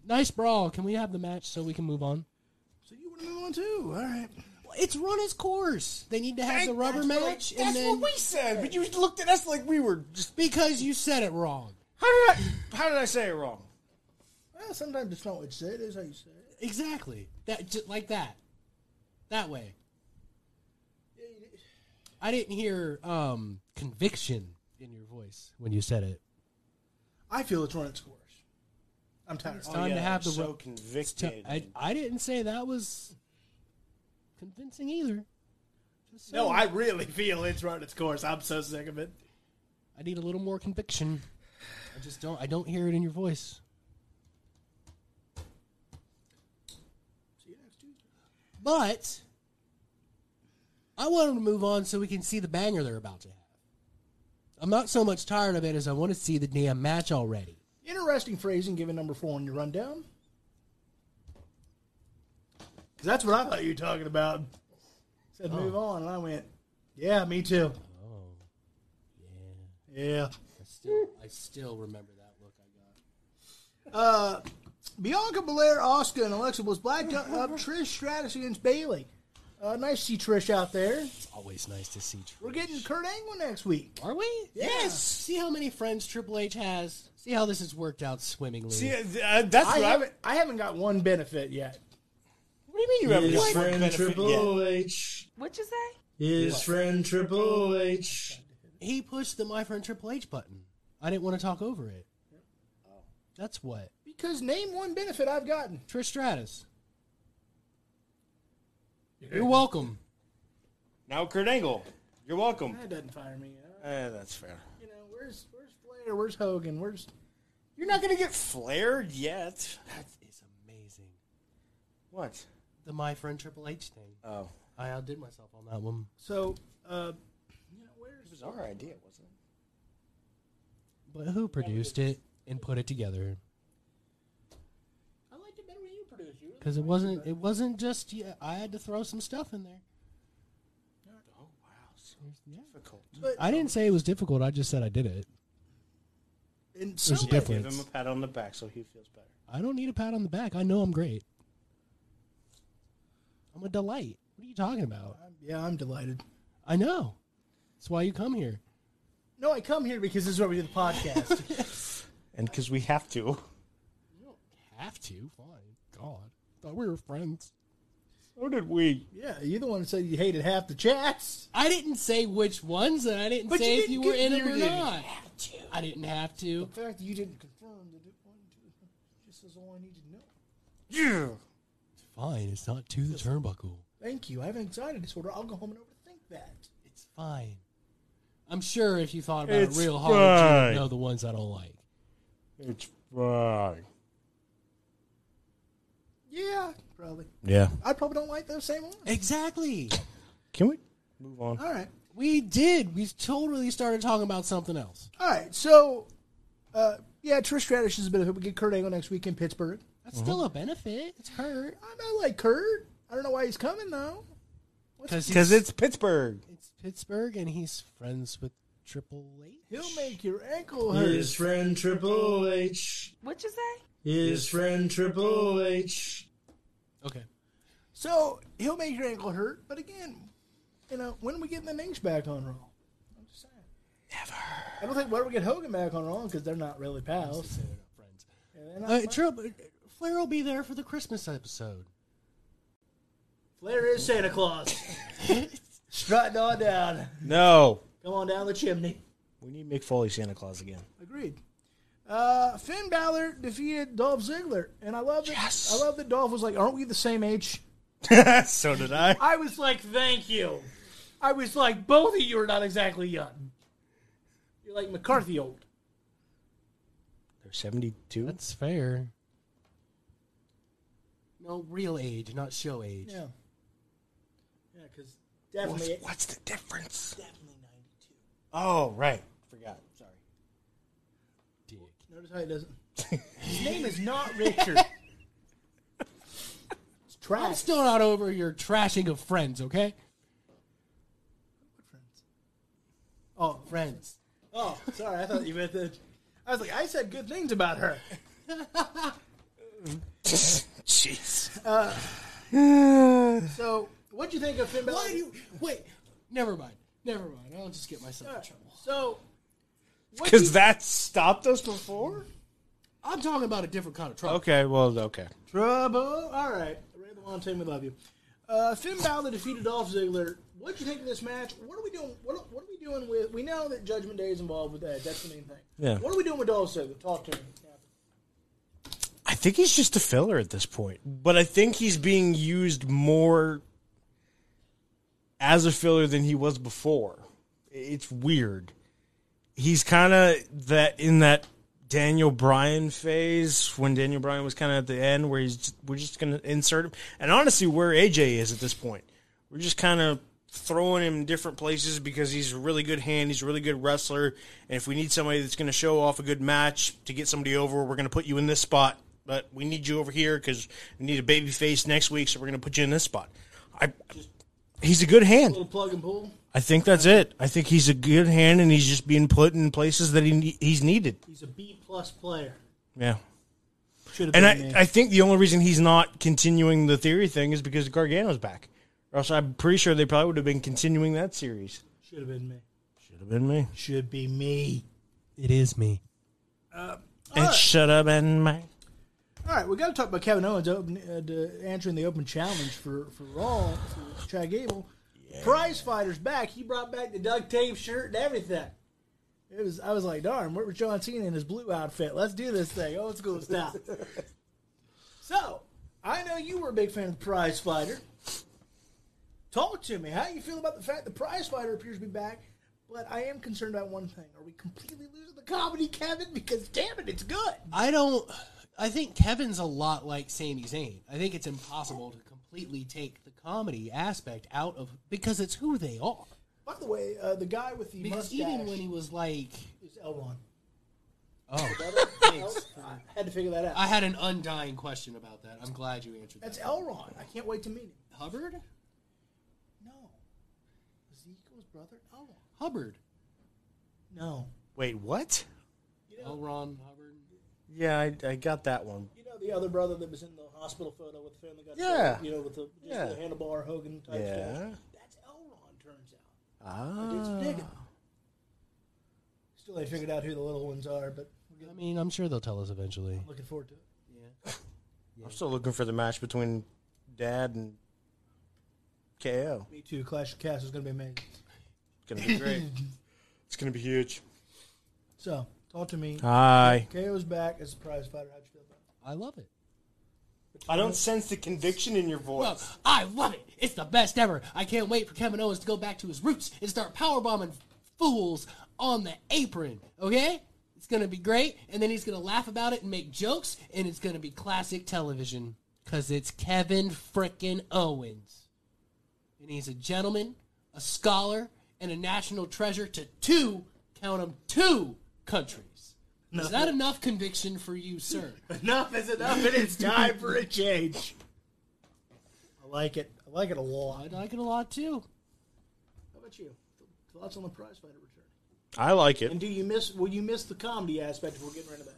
S1: Nice brawl. Can we have the match so we can move on?
S2: So you want to move on too? All right.
S1: It's run its course. They need to have the rubber match,
S3: That's
S1: and then
S3: what we said, but you looked at us like we were just.
S1: because you said it wrong.
S3: How did I? How did I say it wrong?
S2: Well, sometimes it's not what you say; it is how you say it.
S1: Exactly. That just like that. That way. I didn't hear um, conviction in your voice when you said it.
S2: I feel it's run its course. I'm tired.
S1: It's time to have the
S3: Oh, so
S1: ru- it's ti-
S3: convicted.
S1: I, I didn't say that was convincing either. Just
S2: No,
S1: saying.
S2: I really feel it's run its course. I'm so sick of it.
S1: I need a little more conviction. I just don't. I don't hear it in your voice. But I want them to move on so we can see the banger they're about to have. I'm not so much tired of it as I want to see the damn match already.
S2: Interesting phrasing given number four on your rundown. Because that's what I thought you were talking about. Said move on, and I went, yeah, me too. Oh, Yeah.
S1: I still, I still remember that look I got.
S2: Bianca Belair, Oscar, and Alexa Bliss blacked up Trish Stratus against Bailey. Uh, nice to see Trish out there.
S1: It's always nice to see. Trish.
S2: We're getting Kurt Angle next week.
S1: Are we? Yes. See how many friends Triple H has. See how this has worked out swimmingly.
S3: See, uh, that's
S2: I
S3: what I. would-
S2: haven't, I haven't got one benefit yet.
S3: What do you mean you haven't
S4: His
S3: got one
S4: friend
S3: benefit yet?
S4: Triple H.
S8: What'd you say?
S4: His friend Triple H.
S1: he pushed the My Friend Triple H button. I didn't want to talk over it. That's what.
S2: Because name one benefit I've gotten.
S1: Trish Stratus. You're welcome.
S3: Now Kurt Angle, you're welcome.
S2: That doesn't fire me. Uh,
S3: Eh, that's fair.
S2: You know, where's where's Flair? Where's Hogan? Where's
S3: You're not gonna get flared yet.
S1: That is amazing.
S3: What?
S1: The My Friend Triple H thing.
S3: Oh,
S1: I outdid myself on that one.
S2: so? Uh, you know, where's
S3: it was our idea, wasn't it?
S1: But who produced it and put it together?
S2: I liked it better when you produced. You
S1: Because it wasn't. It wasn't just. Yeah, I had to throw some stuff in there.
S3: Oh wow, so
S1: Yeah.
S3: difficult.
S1: I didn't say it was difficult. I just said I did it.
S2: really, in
S1: There's
S2: some
S1: a
S2: way,
S3: Give
S1: difference.
S3: him a pat on the back so he feels better.
S1: I don't need a pat on the back. I know I'm great. I'm a delight. What are you talking about?
S2: yeah, I'm delighted.
S1: I know. That's why you come here.
S2: No, I come here because this is where we do the podcast.
S3: And because we have to.
S1: You don't have to. Fine. God. Thought we were friends.
S3: So did we.
S2: yeah, you're the one who said you hated half the chats.
S1: I didn't say which ones, and I didn't
S2: But
S1: say
S2: you
S1: if you
S2: didn't
S1: were in
S2: get- you
S1: them or
S2: didn't
S1: not. I didn't have to.
S2: The fact that you didn't confirm that it one, two, just is all I need to know.
S3: Yeah.
S1: Fine. It's not to the turnbuckle.
S2: Thank you. I have an anxiety disorder. I'll go home and overthink that.
S1: It's fine. I'm sure if you thought about
S3: It's
S1: it real hard,
S3: fine.
S1: you would know the ones I don't like.
S3: It's fine.
S2: Yeah, probably.
S3: Yeah.
S2: I probably don't like those same ones.
S1: Exactly.
S3: Can we move on?
S2: All right.
S1: We did. We totally started talking about something else.
S2: All right. So, uh, yeah, Trish Stratus is a benefit. We get Kurt Angle next week in Pittsburgh.
S1: Uh-huh. That's still a benefit. It's hurt.
S2: I, I like Kurt. I don't know why he's coming, though.
S3: because it's Pittsburgh.
S1: it's Pittsburgh, and he's friends with Triple H.
S2: He'll make your ankle
S4: His
S2: hurt.
S4: friend Triple H.
S8: What'd you say?
S4: His friend Triple H.
S1: Okay,
S2: So he'll make your ankle hurt. But again, you know, when are we getting the names back on Raw? I'm just saying. Never. I don't think why do we get Hogan back on Raw because they're not really pals.
S1: friends.
S2: And they're not
S1: Uh,
S2: much.
S1: Triple Flair will be there for the Christmas episode.
S2: Flair is Santa Claus. Strutting on down.
S3: No,
S2: Come on down the chimney.
S3: we need Mick Foley Santa Claus again.
S2: Agreed. Uh, Finn Balor defeated Dolph Ziggler, and I love that. I love that Dolph was like, "Aren't we the same age?"
S3: so did I.
S2: I was like, "Thank you." I was like, "Both of you are not exactly young. You're like McCarthy old."
S3: They're seventy-two.
S1: That's fair. No real age, not show age.
S2: Yeah. Yeah, because definitely,
S3: What's the difference?
S2: definitely ninety-two.
S3: Oh right, forgot. Sorry.
S1: Dick.
S2: Notice how he doesn't. His name is not Richard. it's trash.
S1: I'm still not over your trashing of friends. Okay,
S2: oh,
S1: friends.
S2: oh, sorry. I thought you meant that. I was like, I said good things about her.
S3: Jeez.
S2: So, what'd you think of Finn Balor?
S1: Why do you wait? Never mind. Never mind. I'll just get myself in trouble.
S2: So, what
S3: Because that stopped us before.
S1: I'm talking about a different kind of trouble.
S3: Okay. Well. Okay.
S2: trouble. All right, Ray Long team, we love you. Uh, Finn Balor defeated Dolph Ziggler. What'd you think of this match? What are we doing? What, what are we doing with? We know that Judgment Day is involved with that. That's the main thing.
S3: Yeah.
S2: What are we doing with Dolph Ziggler? Talk to me.
S3: I think he's just a filler at this point, but I think he's being used more as a filler than he was before. It's weird. He's kind of that in that Daniel Bryan phase when Daniel Bryan was kind of at the end where he's just, we're just going to insert him. And honestly, where AJ is at this point, we're just kind of throwing him in different places because he's a really good hand, he's a really good wrestler, and if we need somebody that's going to show off a good match to get somebody over, we're going to put you in this spot. But we need you over here because we need a baby face next week, so we're going to put you in this spot. I, he's a good hand.
S2: Little plug and pull.
S3: I think that's it. I think he's a good hand, and he's just being put in places that he ne- he's needed.
S2: He's a B plus player.
S3: Yeah,
S2: Should have
S3: and
S2: me.
S3: I, I think the only reason he's not continuing the theory thing is because Gargano's back. Or else I'm pretty sure they probably would have been continuing that series.
S2: should have been me.
S3: Should have been me.
S2: Should be me.
S1: It is me.
S3: And shut up and my.
S2: All right, we got to talk about Kevin Owens open, uh, to answering the open challenge for for Raw for Chad Gable. Prize fighters back. He brought back the duct tape shirt and everything. It was I was like, darn, where was John Cena in his blue outfit? Let's do this thing, Oh, old school style. so I know you were a big fan of the prize fighter. Talk to me. How you feel about the fact the prize fighter appears to be back? But I am concerned about one thing. Are we completely losing the comedy, Kevin? Because damn it, it's good.
S1: I don't. I think Kevin's a lot like Sami Zayn. I think it's impossible to completely take the comedy aspect out of because it's who they are.
S2: By the way, uh, the guy with the
S1: Because
S2: mustache
S1: even when he was like,
S2: is Elron.
S1: oh,
S2: I had to figure that out.
S1: I had an undying question about that. I'm glad you answered.
S2: That's
S1: that.
S2: Elron. I can't wait to meet him.
S1: Hubbard.
S2: No, Ezekiel's brother Elron.
S1: Hubbard.
S2: No,
S3: Wait, what?
S1: Elron Hubbard.
S3: Yeah, I, I got that one.
S2: you know the other brother that was in the hospital photo with the family got
S3: Yeah.
S2: you know with the, just
S3: Yeah.
S2: the handlebar Hogan type
S3: Yeah.
S2: stuff. That's Elron. Turns out, dude's
S3: Ah.
S2: digging. Still, ain't figured out who the little ones are, but we're
S1: I
S2: good.
S1: mean, I'm sure they'll tell us eventually.
S2: looking forward to it.
S3: I'm still looking for the match between Dad and KO.
S2: Me too. Clash of Cast is going to be amazing.
S3: It's gonna be great. it's gonna be huge.
S2: So, talk to me.
S3: Hi.
S2: KO's back as a prize fighter. How'd you feel about? it?
S1: I love it.
S3: I don't sense the conviction in your voice.
S1: Well, I love it. It's the best ever. I can't wait for Kevin Owens to go back to his roots and start powerbombing fools on the apron. Okay? It's going to be great. And then he's going to laugh about it and make jokes. And it's going to be classic television. Because it's Kevin frickin' Owens. And he's a gentleman, a scholar, and a national treasure to two, count 'em, two countries. Is that enough conviction for you, sir?
S2: Enough is enough, and it's time for a change. I like it. I I like it a lot.
S1: I like it a lot too.
S2: How about you? Thoughts on the prize fighter return?
S3: I like
S2: And
S3: it.
S2: do you miss? Will you miss the comedy aspect if we're getting rid of that?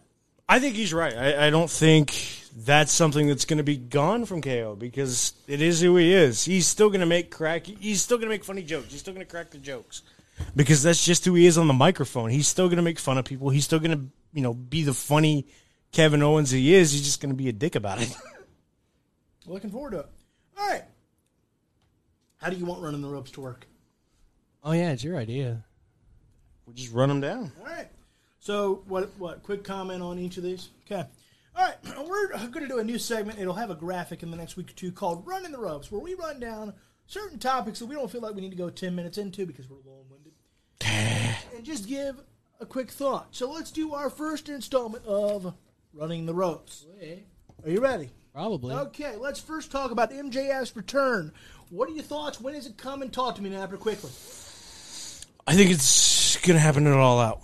S3: I think he's right. I, I don't think that's something that's going to be gone from KO because it is who he is. He's still going to make crack. He's still going to make funny jokes. He's still going to crack the jokes because that's just who he is on the microphone. He's still going to make fun of people. He's still going to you know be the funny Kevin Owens he is. He's just going to be a dick about it.
S2: Looking forward to it. All right. How do you want running the ropes to work?
S1: Oh yeah, it's your idea.
S3: we just run him down.
S2: All right. So what? What? Quick comment on each of these. Okay. All right. We're going to do a new segment. It'll have a graphic in the next week or two called "Running the Ropes," where we run down certain topics that we don't feel like we need to go ten minutes into because we're long-winded, and just give a quick thought. So let's do our first installment of "Running the Ropes." Are you ready?
S1: Probably.
S2: Okay. Let's first talk about MJF's return. What are your thoughts? When is it coming? Talk to me, Napper, quickly.
S3: I think it's going to happen at all out.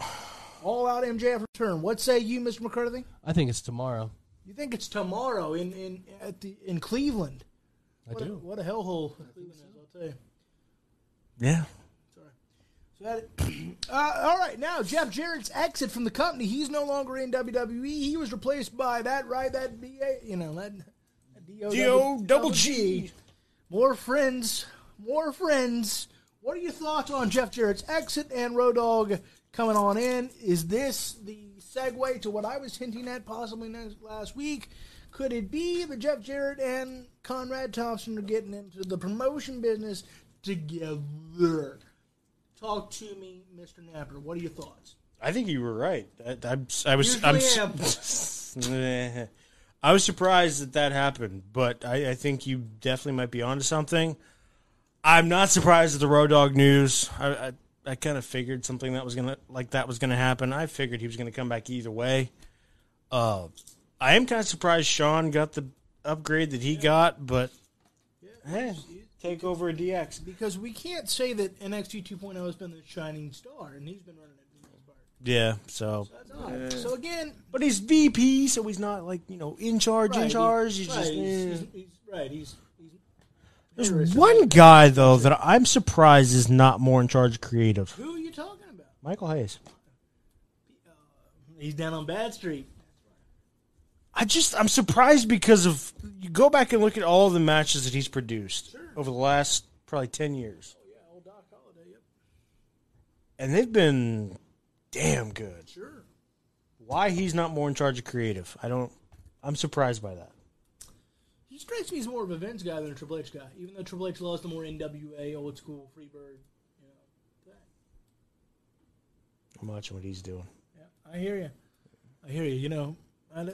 S2: All out MJF return. What say you, Mr. McCarthy?
S1: I think it's tomorrow.
S2: You think it's tomorrow in in at the in Cleveland?
S1: I
S2: What a,
S1: do.
S2: what a hellhole Cleveland is, I'll tell you.
S3: Yeah.
S2: So that, uh, all right, now Jeff Jarrett's exit from the company. He's no longer in WWE. He was replaced by that right that BA, you know that, that D-O
S3: D-O double G.
S2: More friends, more friends. What are your thoughts on Jeff Jarrett's exit and Road Dog coming on in? Is this the segue to what I was hinting at possibly next, last week? Could it be that Jeff Jarrett and Conrad Thompson are getting into the promotion business together? Talk to me, Mr. Napper. What are your thoughts?
S3: I think you were right. I, I'm, I was.
S2: Usually
S3: I'm,
S2: am.
S3: s- Eh. I was surprised that that happened, but I, I think you definitely might be onto something. I'm not surprised at the Road Dog news. I, I, I kind of figured something that was gonna like that was gonna happen. I figured he was gonna come back either way. Uh, I am kind of surprised Sean got the upgrade that he got, but eh, take over a DX.
S2: Because we can't say that NXT 2.0 has been the shining star, and he's been running it for the most part.
S3: Yeah, so
S2: That's odd. So again,
S3: But he's VP, so he's not like you know in charge.
S2: right,
S3: in
S2: he-
S3: charge. He's
S2: right,
S3: just
S2: he's,
S3: eh.
S2: he's, he's, right. He's, he's
S3: there's one guy though that I'm surprised is not more in charge of creative.
S2: who are you talking about?
S3: Michael Hayes.
S2: He's down on Bad Street.
S3: I just I'm surprised because of you go back and look at all the matches that he's produced over the last probably ten years,
S2: Oh, Yeah, old Doc Holliday. Yep.
S3: and they've been damn good.
S2: Sure.
S3: Why he's not more in charge of creative? I don't. I'm surprised by that.
S2: He strikes me as more of a Vince guy than a Triple H guy, even though Triple H loves the more NWA old school Freebird. You know, thing.
S3: I'm watching what he's doing.
S2: I hear you. I hear you. You know, I,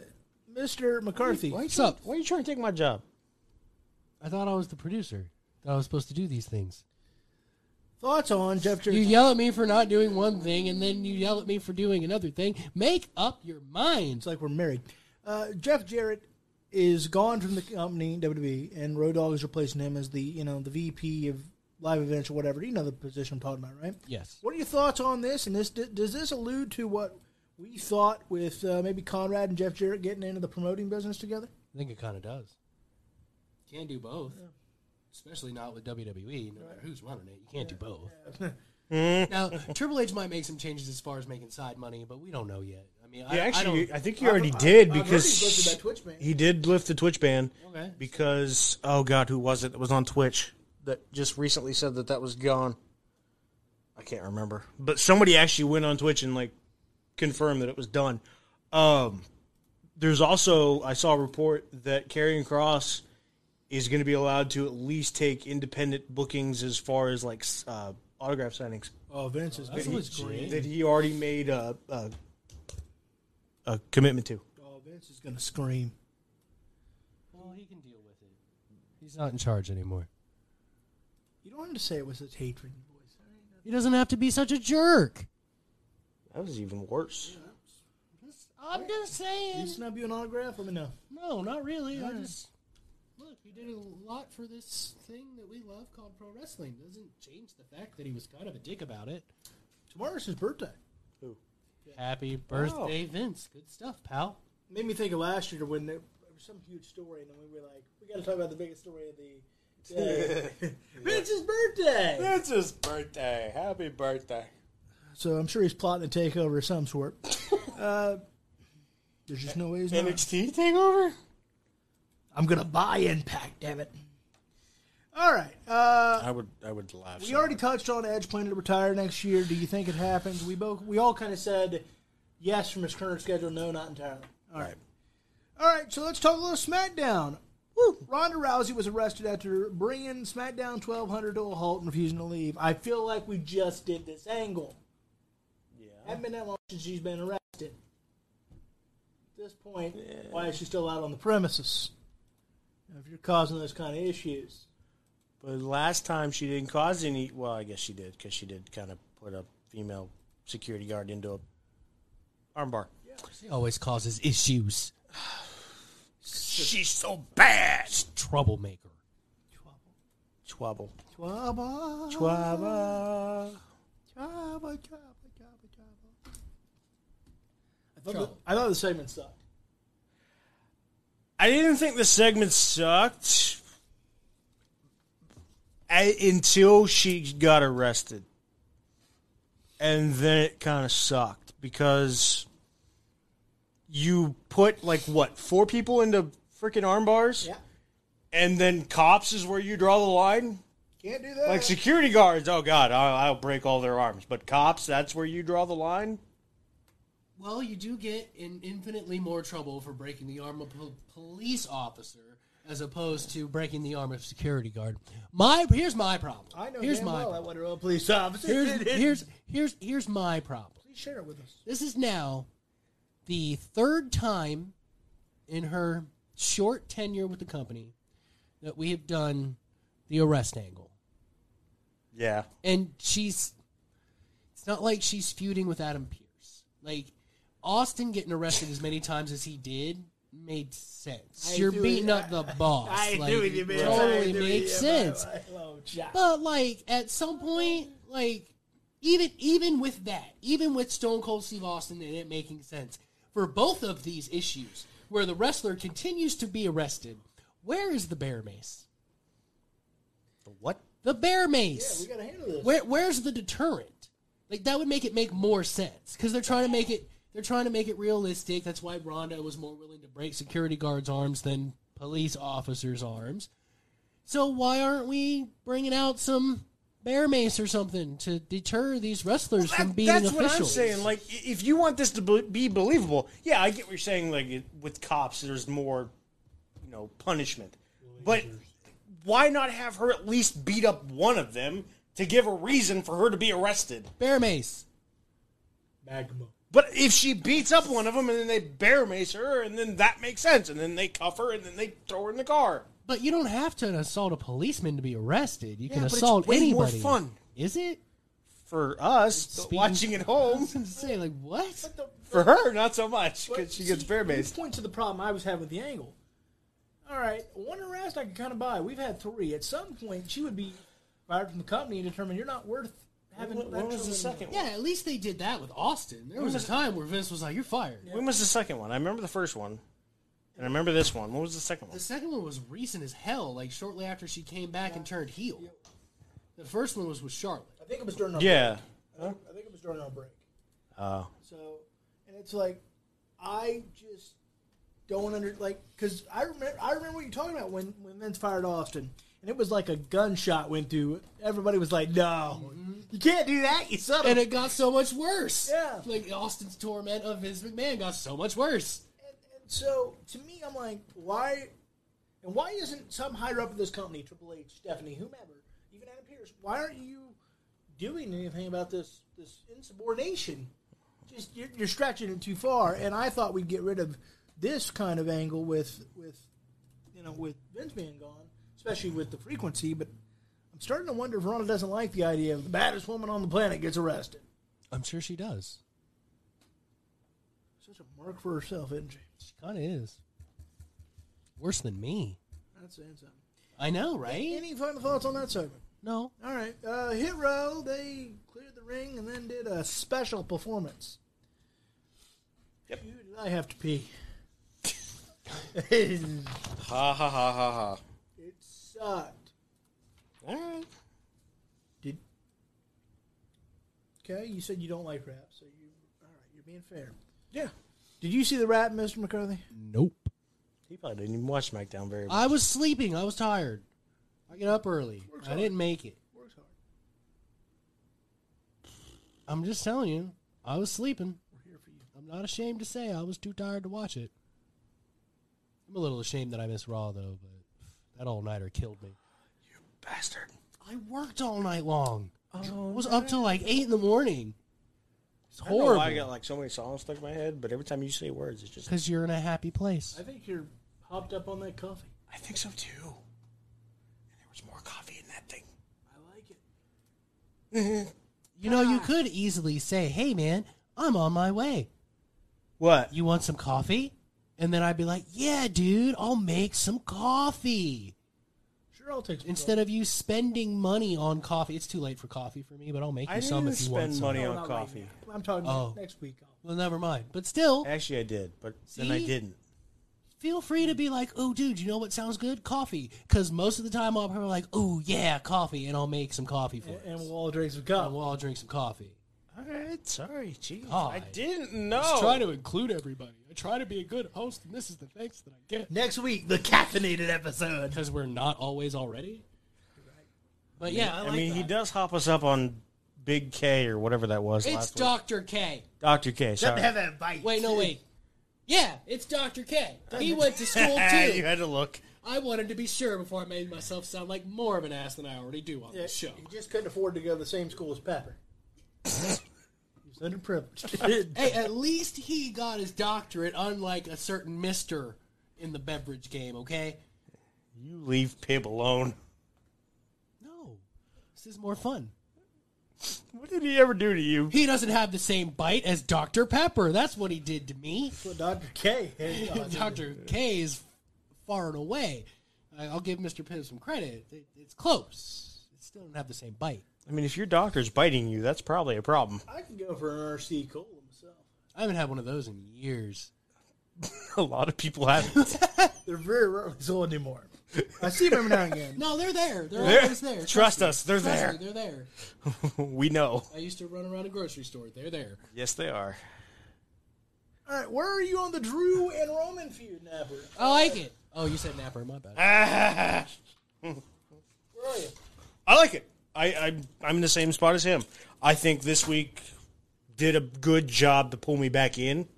S2: Mr. McCarthy.
S3: Why are you,
S1: What's
S3: trying,
S1: up?
S3: why are you trying to take my job?
S1: I thought I was the producer. That I was supposed to do these things.
S2: Thoughts on Jeff
S1: You
S2: Jarrett?
S1: yell at me for not doing one thing, and then you yell at me for doing another thing. Make up your mind.
S2: It's like we're married. Uh, Jeff Jarrett is gone from the company WWE, and Road Dogg is replacing him as the you know the VP of live events or whatever. You know the position I'm talking about, right?
S1: Yes.
S2: What are your thoughts on this? And this does this allude to what we thought with uh, maybe Conrad and Jeff Jarrett getting into the promoting business together?
S1: I think it kind of does. Can do both. Especially not with WWE, no matter who's running it. You can't do both. now, Triple H might make some changes as far as making side money, but we don't know yet. I mean, I,
S3: Yeah,
S1: I
S3: actually,
S1: don't.
S3: I, think you already did
S2: I've
S3: because
S2: heard he's lifted that Twitch ban.
S3: he did lift the Twitch ban
S1: Okay.
S3: because oh god, who was it that was on Twitch that just recently said that that was gone? I can't remember, but somebody actually went on Twitch and like confirmed that it was done. Um, there's also I saw a report that Karrion Cross is going to be allowed to at least take independent bookings as far as like s- uh, autograph signings
S2: Oh, Vince is
S1: That's legit.
S3: that he already made a, a, a commitment to.
S2: Oh, Vince is gonna scream.
S1: Well, he can deal with it. He's not in charge anymore.
S2: You don't have to say it with such hatred in your voice. all right?
S1: He doesn't have to be such a jerk.
S3: That was even worse.
S1: I'm just
S2: Did
S1: saying.
S2: he snub you an autograph? Let me know.
S1: No, not really. I just look. He did a lot for this thing that we love called pro wrestling. Doesn't change the fact that he was kind of a dick about it.
S2: Tomorrow's his birthday.
S1: Happy birthday, Vince. Good stuff, pal.
S2: made me think of last year when there, there was some huge story, and then we were like, we got to talk about the biggest story of the Rich's birthday.
S3: It's his birthday. Happy birthday.
S2: So I'm sure he's plotting a takeover of some sort. uh, there's just no way he's not.
S3: NXT takeover?
S2: I'm gonna buy Impact. Damn it. All right. Uh,
S3: I would I would laugh.
S2: we already touched on Edge planning to retire next year. Do you think it happens? We both we all kind of said yes from his current schedule. No, not entirely. All right. All right. So let's talk a little SmackDown. Woo. Ronda Rousey was arrested after bringing SmackDown 1200 to a halt and refusing to leave. I feel like we just did this angle. Yeah. Haven't been that long since she's been arrested. At this point, why is she still out on the premises? If you're causing those kind of issues.
S3: But last time she didn't cause any. Well, I guess she did because she did kind of put a female security guard into a armbar.
S1: She always causes issues.
S3: She's so bad.
S1: Troublemaker.
S3: Twabble.
S2: Twabba,
S3: Twabble.
S2: twabba, twabba, twabba, twabba. I thought, the, I thought the segment sucked.
S3: I didn't think the segment sucked I, until she got arrested. And then it kind of sucked because you put like what, four people into freaking arm bars?
S2: Yeah.
S3: And then cops is where you draw the line?
S2: Can't do that.
S3: Like security guards, oh God, I'll, I'll break all their arms. But cops, that's where you draw the line?
S1: Well, you do get in infinitely more trouble for breaking the arm of a po- police officer as opposed to breaking the arm of a security guard. My here's my problem.
S2: I know
S1: here's
S2: damn
S1: my
S2: well I
S1: problem.
S2: wonder what police officer
S1: here's,
S2: did it.
S1: here's here's here's my problem.
S2: Please share it with us.
S1: This is now the third time in her short tenure with the company that we have done the arrest angle.
S3: Yeah.
S1: and she's it's not like she's feuding with Adam Pierce. Like Austin getting arrested as many times as he did made sense.
S2: I
S1: You're
S2: do
S1: beating
S2: it-
S1: up the boss. like, It totally makes sense. But like at some point, like even even with that, even with Stone Cold Steve Austin and it making sense for both of these issues, where the wrestler continues to be arrested, where is the bear mace?
S3: What?
S1: The bear mace.
S2: We gotta handle this.
S1: Where, where's the deterrent? Like that would make it make more sense because they're trying to make it they're trying to make it realistic. That's why Rhonda was more willing to break security guards' arms than police officers' arms. So why aren't we bringing out some bear mace or something to deter these wrestlers from
S3: That-
S1: being
S3: that's
S1: officials?
S3: what I'm saying. Like, i- if you want this to be- be believable, yeah, I get what you're saying. Like, it- with cops, there's more, you know, punishment. But why not have her at least beat up one of them to give a reason for her to be arrested?
S1: bear mace.
S2: Magma.
S3: But if she beats up one of them and then they bear mace her, and then that makes sense, and then they cuff her, and then they throw her in the car.
S1: But you don't have to assault a policeman to be arrested. You can
S3: but it's
S1: assault
S3: way more
S1: anybody.
S3: fun.
S1: Is it?
S3: For us
S1: Speaking-
S3: watching at
S1: I was
S3: home,
S1: gonna say like what?
S3: for her not so much
S2: But
S3: because she gets
S2: see,
S3: bear
S2: you
S3: maced.
S2: Point to the problem I was having with the angle. All right, one arrest I can kind of buy. We've had three. At some point, she would be fired from the company and determined you're not worth having.
S3: When
S2: that
S3: when was the
S2: trouble anymore.
S3: second one?
S1: Yeah, at least they did that with Austin. There was a time where Vince was like, "You're fired."
S3: When was the second one? I remember the first one, and I remember this one. What was the second one?
S1: The second one was recent as hell, like shortly after she came back and turned heel. The first one was with Charlotte.
S2: I think it was during our
S3: Yeah.
S2: break. I think it was during our break.
S3: Oh.
S2: So, and it's like, I just don't under like because I remember I remember what you're talking about when when Vince fired Austin, and it was like a gunshot went through. Everybody was like, "No, you can't do that, you son of a
S1: And it got so much worse.
S2: Yeah.
S1: Like Austin's torment of Vince McMahon got so much worse.
S2: So to me, I'm like, why? And why isn't some higher up in this company, Triple H, Stephanie, whomever, even Adam Pierce, why aren't you doing anything about this this insubordination? Just you're, you're stretching it too far. And I thought we'd get rid of this kind of angle with with you know with Vince being gone, especially with the frequency. But I'm starting to wonder if Ronda doesn't like the idea of the baddest woman on the planet gets arrested.
S1: I'm sure she does.
S2: Such a mark for herself, isn't she?
S1: She kind of is. Worse than me.
S2: That's saying something.
S1: I know, right?
S2: Any final thoughts on that segment?
S1: No.
S2: All right, uh, Hit Row, they cleared the ring and then did a special performance. Yep. Dude, did I have to pee. it
S3: Ha ha ha ha ha.
S2: sucked. Did okay? You said you don't like rap, so you all right? You're being fair.
S3: Yeah.
S2: Did you see the rap, Mr. McCarthy?
S1: Nope.
S3: He probably didn't even watch SmackDown very much.
S1: I was sleeping. I was tired. I get up early. I didn't make it.
S2: Works hard.
S1: I'm just telling you, I was sleeping.
S2: We're here for you.
S1: I'm not ashamed to say I was too tired to watch it. I'm a little ashamed that I missed Raw though, but that all nighter killed me.
S3: Bastard.
S1: I worked all night long. I was up till like eight in the morning. It's
S3: I don't know
S1: horrible.
S3: why I got like so many songs stuck in my head, but every time you say words, it's just.
S1: Because you're in a happy place.
S2: I think you're hopped up on that coffee.
S3: I think so too. And there was more coffee in that thing.
S2: I like it.
S1: You know, you could easily say, "Hey, man, I'm on my way.
S3: What?
S1: You want some coffee?" And then I'd be like, "Yeah, dude, I'll make some coffee."
S2: Sure, I'll take some
S1: Instead of you spending money on coffee, it's too late for coffee for me, but I'll make you
S3: I didn't
S1: some
S3: even
S1: if you want
S3: spend
S1: some.
S3: money
S2: coffee.
S3: on
S2: Not right
S3: coffee.
S2: now. I'm talking
S1: Oh.
S2: next week. I'll-
S1: Well, never mind. But still,
S3: Actually, I did, but then I
S1: See?
S3: didn't.
S1: feel free to be like, "Oh, dude, you know what sounds good? Coffee." Because most of the time, I'll probably like, "Oh, yeah, coffee," and I'll make some coffee for us.
S2: And we'll all drink some coffee.
S1: And we'll all drink some coffee.
S3: All right, sorry, geez, I
S1: God.
S3: didn't know.
S1: to include everybody. I try to be a good host, and this is the thanks that I get
S2: Next week, the caffeinated episode.
S1: because we're not always already. But yeah, I,
S3: I
S1: like
S3: mean, he
S1: that.
S3: does hop us up on Big K or whatever that was
S1: It's
S3: last
S1: Doctor K.
S3: week. Doctor K. Sorry,
S2: Have that bite.
S1: Wait, no, wait. Yeah, it's Doctor K. He went to school
S3: you
S1: too.
S3: had to look.
S1: I wanted to be sure before I made myself sound like more of an ass than I already do on
S2: Yeah,
S1: this show.
S2: He just couldn't afford to go to the same school as Pepper. He's underprivileged.
S1: Hey, at least he got his doctorate, unlike a certain Mister in the beverage game. Okay.
S3: You leave Pib alone.
S1: No, this is more fun.
S3: What did he ever do to you?
S1: He doesn't have the same bite as Dr. Pepper. That's what he did to me.
S2: That's what Dr. K. had done.
S1: Dr. K is far and away. I- I'll give Mr. Pibb some credit. It- It's close. It still doesn't have the same bite.
S3: I mean, if your doctor's biting you, that's probably a problem.
S2: I could go for an RC Cola myself.
S1: I haven't had one of those in years.
S3: A lot of people haven't.
S2: They're very rarely sold anymore. I see them every now and again.
S1: No, they're there. They're
S3: They're-
S1: always there.
S3: trust
S1: me.
S3: us, they're
S1: Trust
S3: there.
S1: me, they're there.
S3: we know.
S1: I used to run around a grocery store. They're there.
S3: Yes, they are.
S2: All right, where are you on the Drew and Roman feud, Napper?
S1: I like it. Oh, you said napper. My bad.
S3: I
S2: Where are you?
S3: like it. I, I'm I'm in the same spot as him. I think this week did a good job to pull me back in.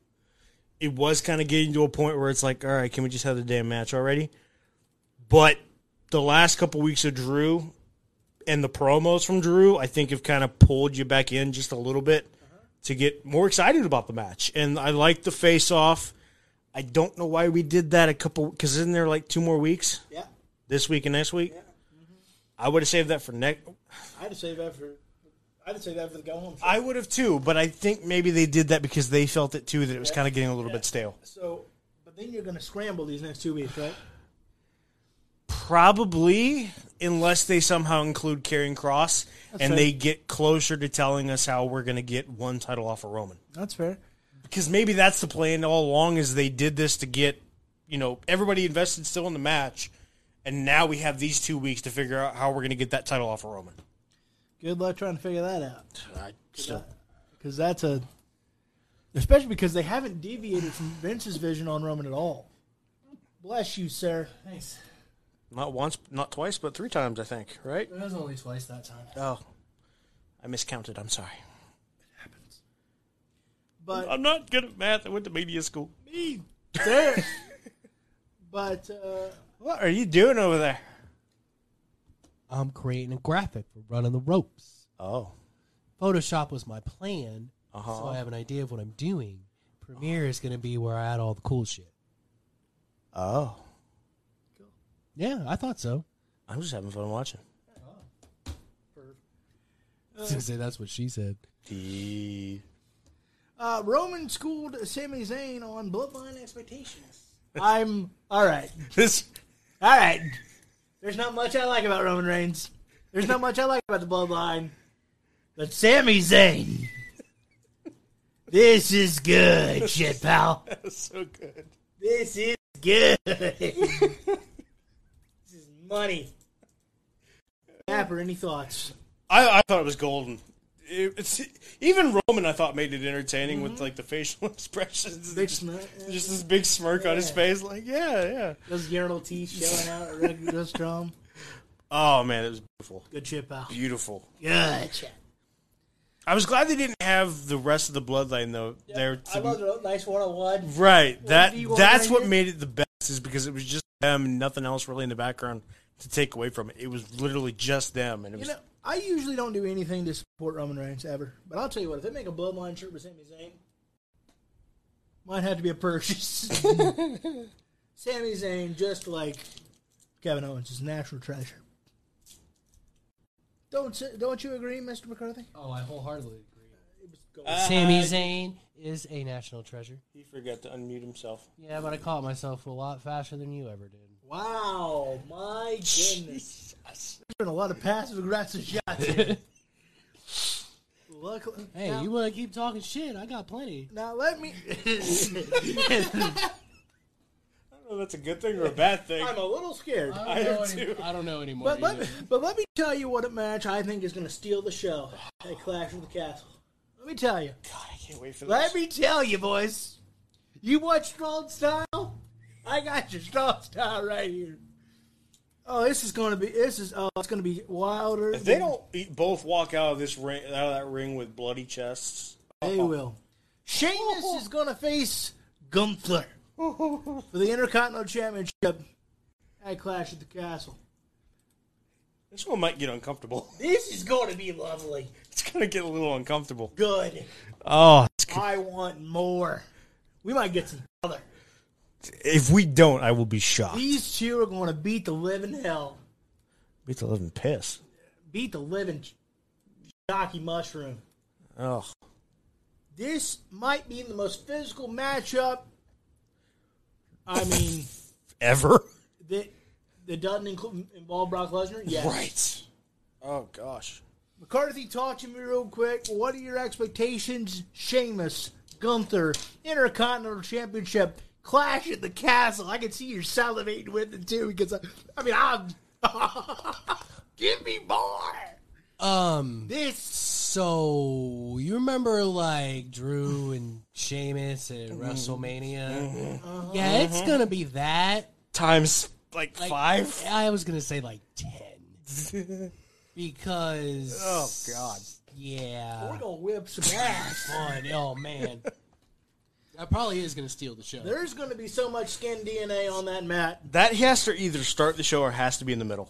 S3: It was kind of getting to a point where it's like, all right, can we just have the damn match already? But the last couple weeks of Drew and the promos from Drew, I think have kind of pulled you back in just a little bit to get more excited about the match. And I like the face off. I don't know why we did that a couple because isn't there like two more weeks?
S2: Yeah,
S3: this week and next week. I would have saved that for next.
S2: I had to save that for. I had to save that for the go home. Show.
S3: I would have too, but I think maybe they did that because they felt it too that it was kind of getting a little bit stale.
S2: so, but then you're going to scramble these next two weeks, right?
S3: Probably, unless they somehow include Carrying Cross and
S2: fair.
S3: they get closer to telling us how we're going to get one title off of Roman.
S2: That's fair.
S3: Because maybe that's the plan all along is they did this to get, you know, everybody invested still in the match, and now we have these two weeks to figure out how we're going to get that title off of Roman.
S2: Good luck trying to figure that out.
S3: I still
S2: because that's a especially because they haven't deviated from Vince's vision on Roman at all. Bless you, sir.
S1: Thanks.
S3: not once, not twice, but three times, I think. Right?
S1: It was only twice that time.
S3: Oh, I miscounted. I'm sorry.
S2: But
S3: I'm not good at math. I went to media school.
S2: sir. But uh,
S3: What are you doing over there?
S1: I'm creating a graphic for running the ropes.
S3: Oh,
S1: Photoshop was my plan, so I have an idea of what I'm doing. Premiere is going to be where I add all the cool shit.
S3: oh,
S1: Yeah, I thought so.
S3: I'm just having fun watching.
S1: I was gonna say that's what she said.
S2: uh, Roman schooled Sami Zayn on bloodline expectations. I'm all right.
S3: This
S2: All right. There's not much I like about Roman Reigns. There's not much I like about the bloodline. But Sami Zayn. This is good, shit pal.
S3: is so good.
S2: This is good. this is money. Capper, any thoughts?
S3: I, I thought it was golden. It- it's even Roman. I thought made it entertaining with like the facial expressions,
S2: Big
S3: just,
S2: smirk, yeah.
S3: Mm-hmm. just this big smirk on his face. Like, yeah, yeah.
S2: Those urinal teeth showing out at Red Rose Drum.
S3: Oh man, it was beautiful,
S2: Good chip out.
S3: beautiful.
S2: Good chip.
S3: I was glad they didn't have the rest of the bloodline though. There,
S2: I love the nice one on one.
S3: right. That
S2: do you want
S3: that's
S2: right
S3: what
S2: here?
S3: made it the best is because it was just them, and nothing else really in the background to take away from it. It was literally just them, and it
S2: You
S3: was
S2: know, I usually don't do anything to support Roman Reigns ever, but I'll tell you what: if they make a Bloodline shirt with Sami Zayn, mine had to be a purchase. Sami Zayn, just like Kevin Owens, is natural treasure. Don't s- don't you agree, Mister McCarthy?
S1: Oh, I wholeheartedly agree. Sami Zayn is a national treasure.
S3: uh, he forgot to unmute himself.
S1: Yeah, but I caught myself a lot faster than you ever did.
S2: Wow, my goodness! There's been a lot of passive aggressive shots. here. Luckily,
S1: Hey,
S2: now,
S1: you want to keep talking shit? I got plenty.
S2: now let me.
S3: I don't know. if That's a good thing or a bad thing.
S2: I'm a little scared.
S1: I
S3: am
S1: don't, know
S3: too.
S1: any- I don't know anymore.
S2: But let,
S1: either.
S2: me, but let me tell you what a match I think is going to steal the show at Clash of the Castle. Let me tell you.
S3: God, I can't wait for this.
S2: Let me tell you, boys. You watch Strong Style? I got your Strong Style right here. Oh, this is going to be this is oh, it's going to be wilder.
S3: If they
S2: than-
S3: don't e- both walk out of this ring, out of that ring with bloody chests,
S2: They will. Sheamus is going to face Gunther for the Intercontinental Championship at Clash of the Castle.
S3: this one might get uncomfortable.
S2: This is going to be lovely.
S3: It's gonna get a little uncomfortable.
S2: Good.
S3: Oh,
S2: I want more. We might get some other.
S3: if we don't, I will be shocked.
S2: These two are going to beat the living hell,
S3: Beat the living piss.
S2: beat the living jockey mushroom.
S3: Oh,
S2: This might be the most physical matchup. I mean,
S3: ever.
S2: that that doesn't include involve Brock Lesnar. Yes.
S3: Right. Oh gosh.
S2: McCarthy, talk to me real quick. What are your expectations? Sheamus, Gunther, Intercontinental Championship, Clash at the Castle. I can see you salivating with it too because I, I mean, I'm. Give me more.
S1: Um.
S2: This
S1: So you remember like Drew and Sheamus at
S3: Mm-hmm.
S1: WrestleMania? Yeah, it's gonna be that.
S3: Times like,
S1: Like,
S3: Mm-hmm. five.
S1: I was gonna say like ten. because
S3: Oh god.
S2: we're
S1: yeah,
S2: gonna whip some ass.
S1: fun. Oh man, that probably is gonna steal the show.
S2: There's gonna be so much skin DNA on that mat.
S3: That has to either start the show or has to be in the middle.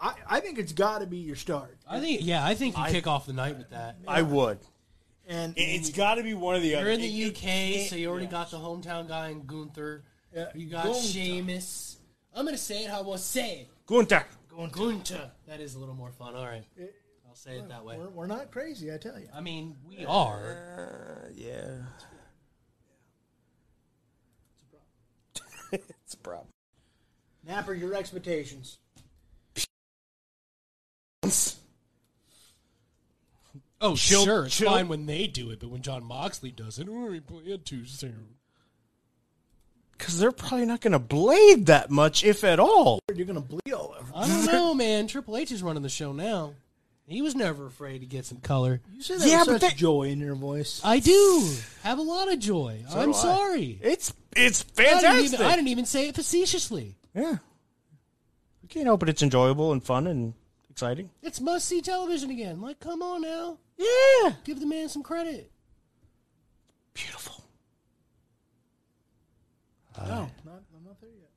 S2: I, I think it's got to be your start.
S1: I think. Yeah, I think you kick off the night with that.
S3: I would.
S2: And
S3: It's got to be one or the other.
S1: You're in the
S3: It- it-
S1: UK, so you already got the hometown guy in Gunther. You got
S2: Gunther.
S1: Sheamus. I'm gonna say it how I want to say it.
S3: Gunther.
S1: Gunther. That is a little more fun. All right, I'll say it that way.
S2: we're, we're not crazy, I tell you.
S1: I mean, we are.
S3: Yeah. It's a problem.
S2: Napper, your expectations.
S1: Oh,
S3: Chill-
S1: sure, it's
S3: chill.
S1: fine when they do it, but when John Moxley does it, oh, we play it too soon.
S3: Because they're probably not going to blade that much, if at all.
S2: You're gonna bleed all over.
S1: I don't know, man. Triple H is running the show now. He was never afraid to get some color.
S2: You said that
S3: Yeah,
S2: with
S3: but
S2: such
S3: they-
S2: joy in your voice.
S1: I do have a lot of joy. I'm
S3: do I.
S1: sorry.
S3: It's it's
S1: I
S3: fantastic.
S1: didn't, even, I didn't even say it facetiously.
S3: yeah. You can't help it. It's enjoyable and fun and exciting.
S1: It's must see television again. Like, come on now.
S3: Yeah.
S1: Give the man some credit.
S3: Beautiful.
S2: no, not, I'm not there yet.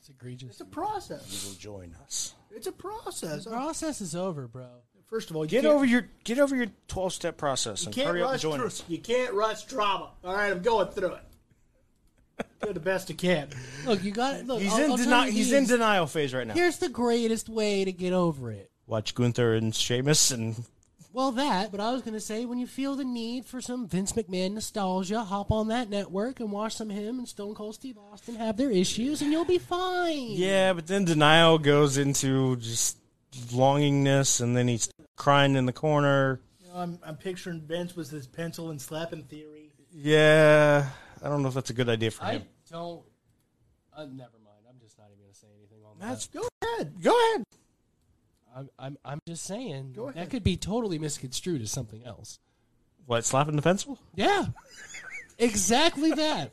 S1: It's egregious.
S2: It's a process.
S3: Will join us.
S2: It's a process.
S1: The process is over, bro.
S2: First of all, you
S3: Get
S2: can't,
S3: over your get over your twelve step process
S2: You
S3: and
S2: can't
S3: hurry up and
S2: rush
S3: join
S2: through.
S3: us.
S2: You can't rush trauma. All right, I'm going through it. Do the best I can.
S1: Look, you got. Look,
S3: He's
S1: I'll-
S3: in
S1: I'll tell
S3: denial.
S1: you
S3: He's
S1: these.
S3: in denial phase right now.
S1: Here's the greatest way to get over it.
S3: Watch Gunther and Sheamus and
S1: Well, that, but I was going to say when you feel the need for some Vince McMahon nostalgia, hop on that network and watch some him and Stone Cold Steve Austin have their issues, and you'll be fine.
S3: yeah, but then denial goes into just longingness, and then he's crying in the corner.
S2: You know, I'm, I'm picturing Vince with his pencil and slapping theory.
S3: Yeah, I don't know if that's a good idea for
S1: I
S3: him.
S1: don't. Uh, never mind. I'm just not even going to say anything on
S2: That's
S1: that.
S2: go ahead. Go ahead.
S1: I'm, I'm, I'm just saying
S2: Go ahead.
S1: that could be totally misconstrued as something else.
S3: What slapping the pencil?
S1: Yeah, exactly that.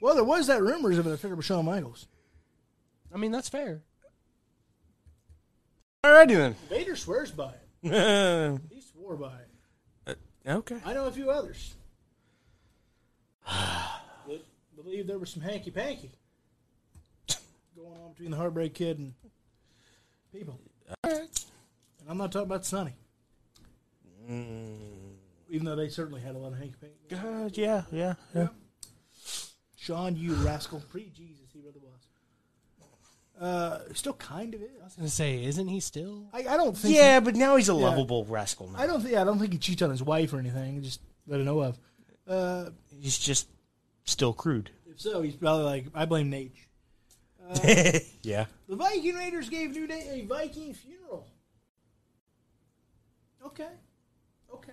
S2: Well, there was that rumors of an affair with Shawn Michaels.
S1: I mean, that's fair.
S3: Alrighty
S2: Vader swears by it.
S3: then.
S2: He swore by it.
S3: okay.
S2: I know a few others. that believe there was some hanky panky going on between the Heartbreak Kid and people. And I'm not talking about Sonny. Mm. Even though they certainly had a lot of hanky panky.
S3: God, yeah, yeah, yeah.
S2: Sean, you rascal. Pre Jesus, he really was. Uh, still kind of is.
S1: I was gonna say, isn't he still?
S2: I, I don't think. he-
S3: Yeah, but now he's a lovable rascal. Now.
S2: I don't think. I don't think he cheats on his wife or anything. Just let her know of. Uh,
S3: He's just still crude.
S2: if so, he's probably like, I blame Nate.
S3: yeah.
S2: The Viking Raiders gave New Day a Viking funeral. Okay. Okay.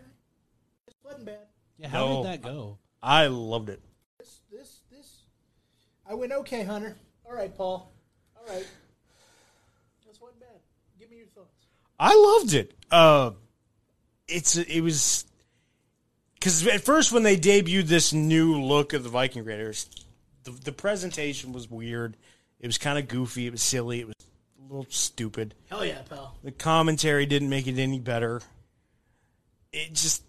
S2: This wasn't bad.
S1: Yeah, how
S3: No.
S1: did that go?
S3: Oh. I loved it.
S2: This, this, this. I went, okay, Hunter. All right, Paul. All right. This wasn't bad. Give me your thoughts.
S3: I loved it. Uh, it's it was because at first when they debuted this new look of the Viking Raiders, the, the presentation was weird. It was kind of goofy. It was silly. It was a little stupid.
S2: Hell yeah, pal.
S3: The commentary didn't make it any better. It just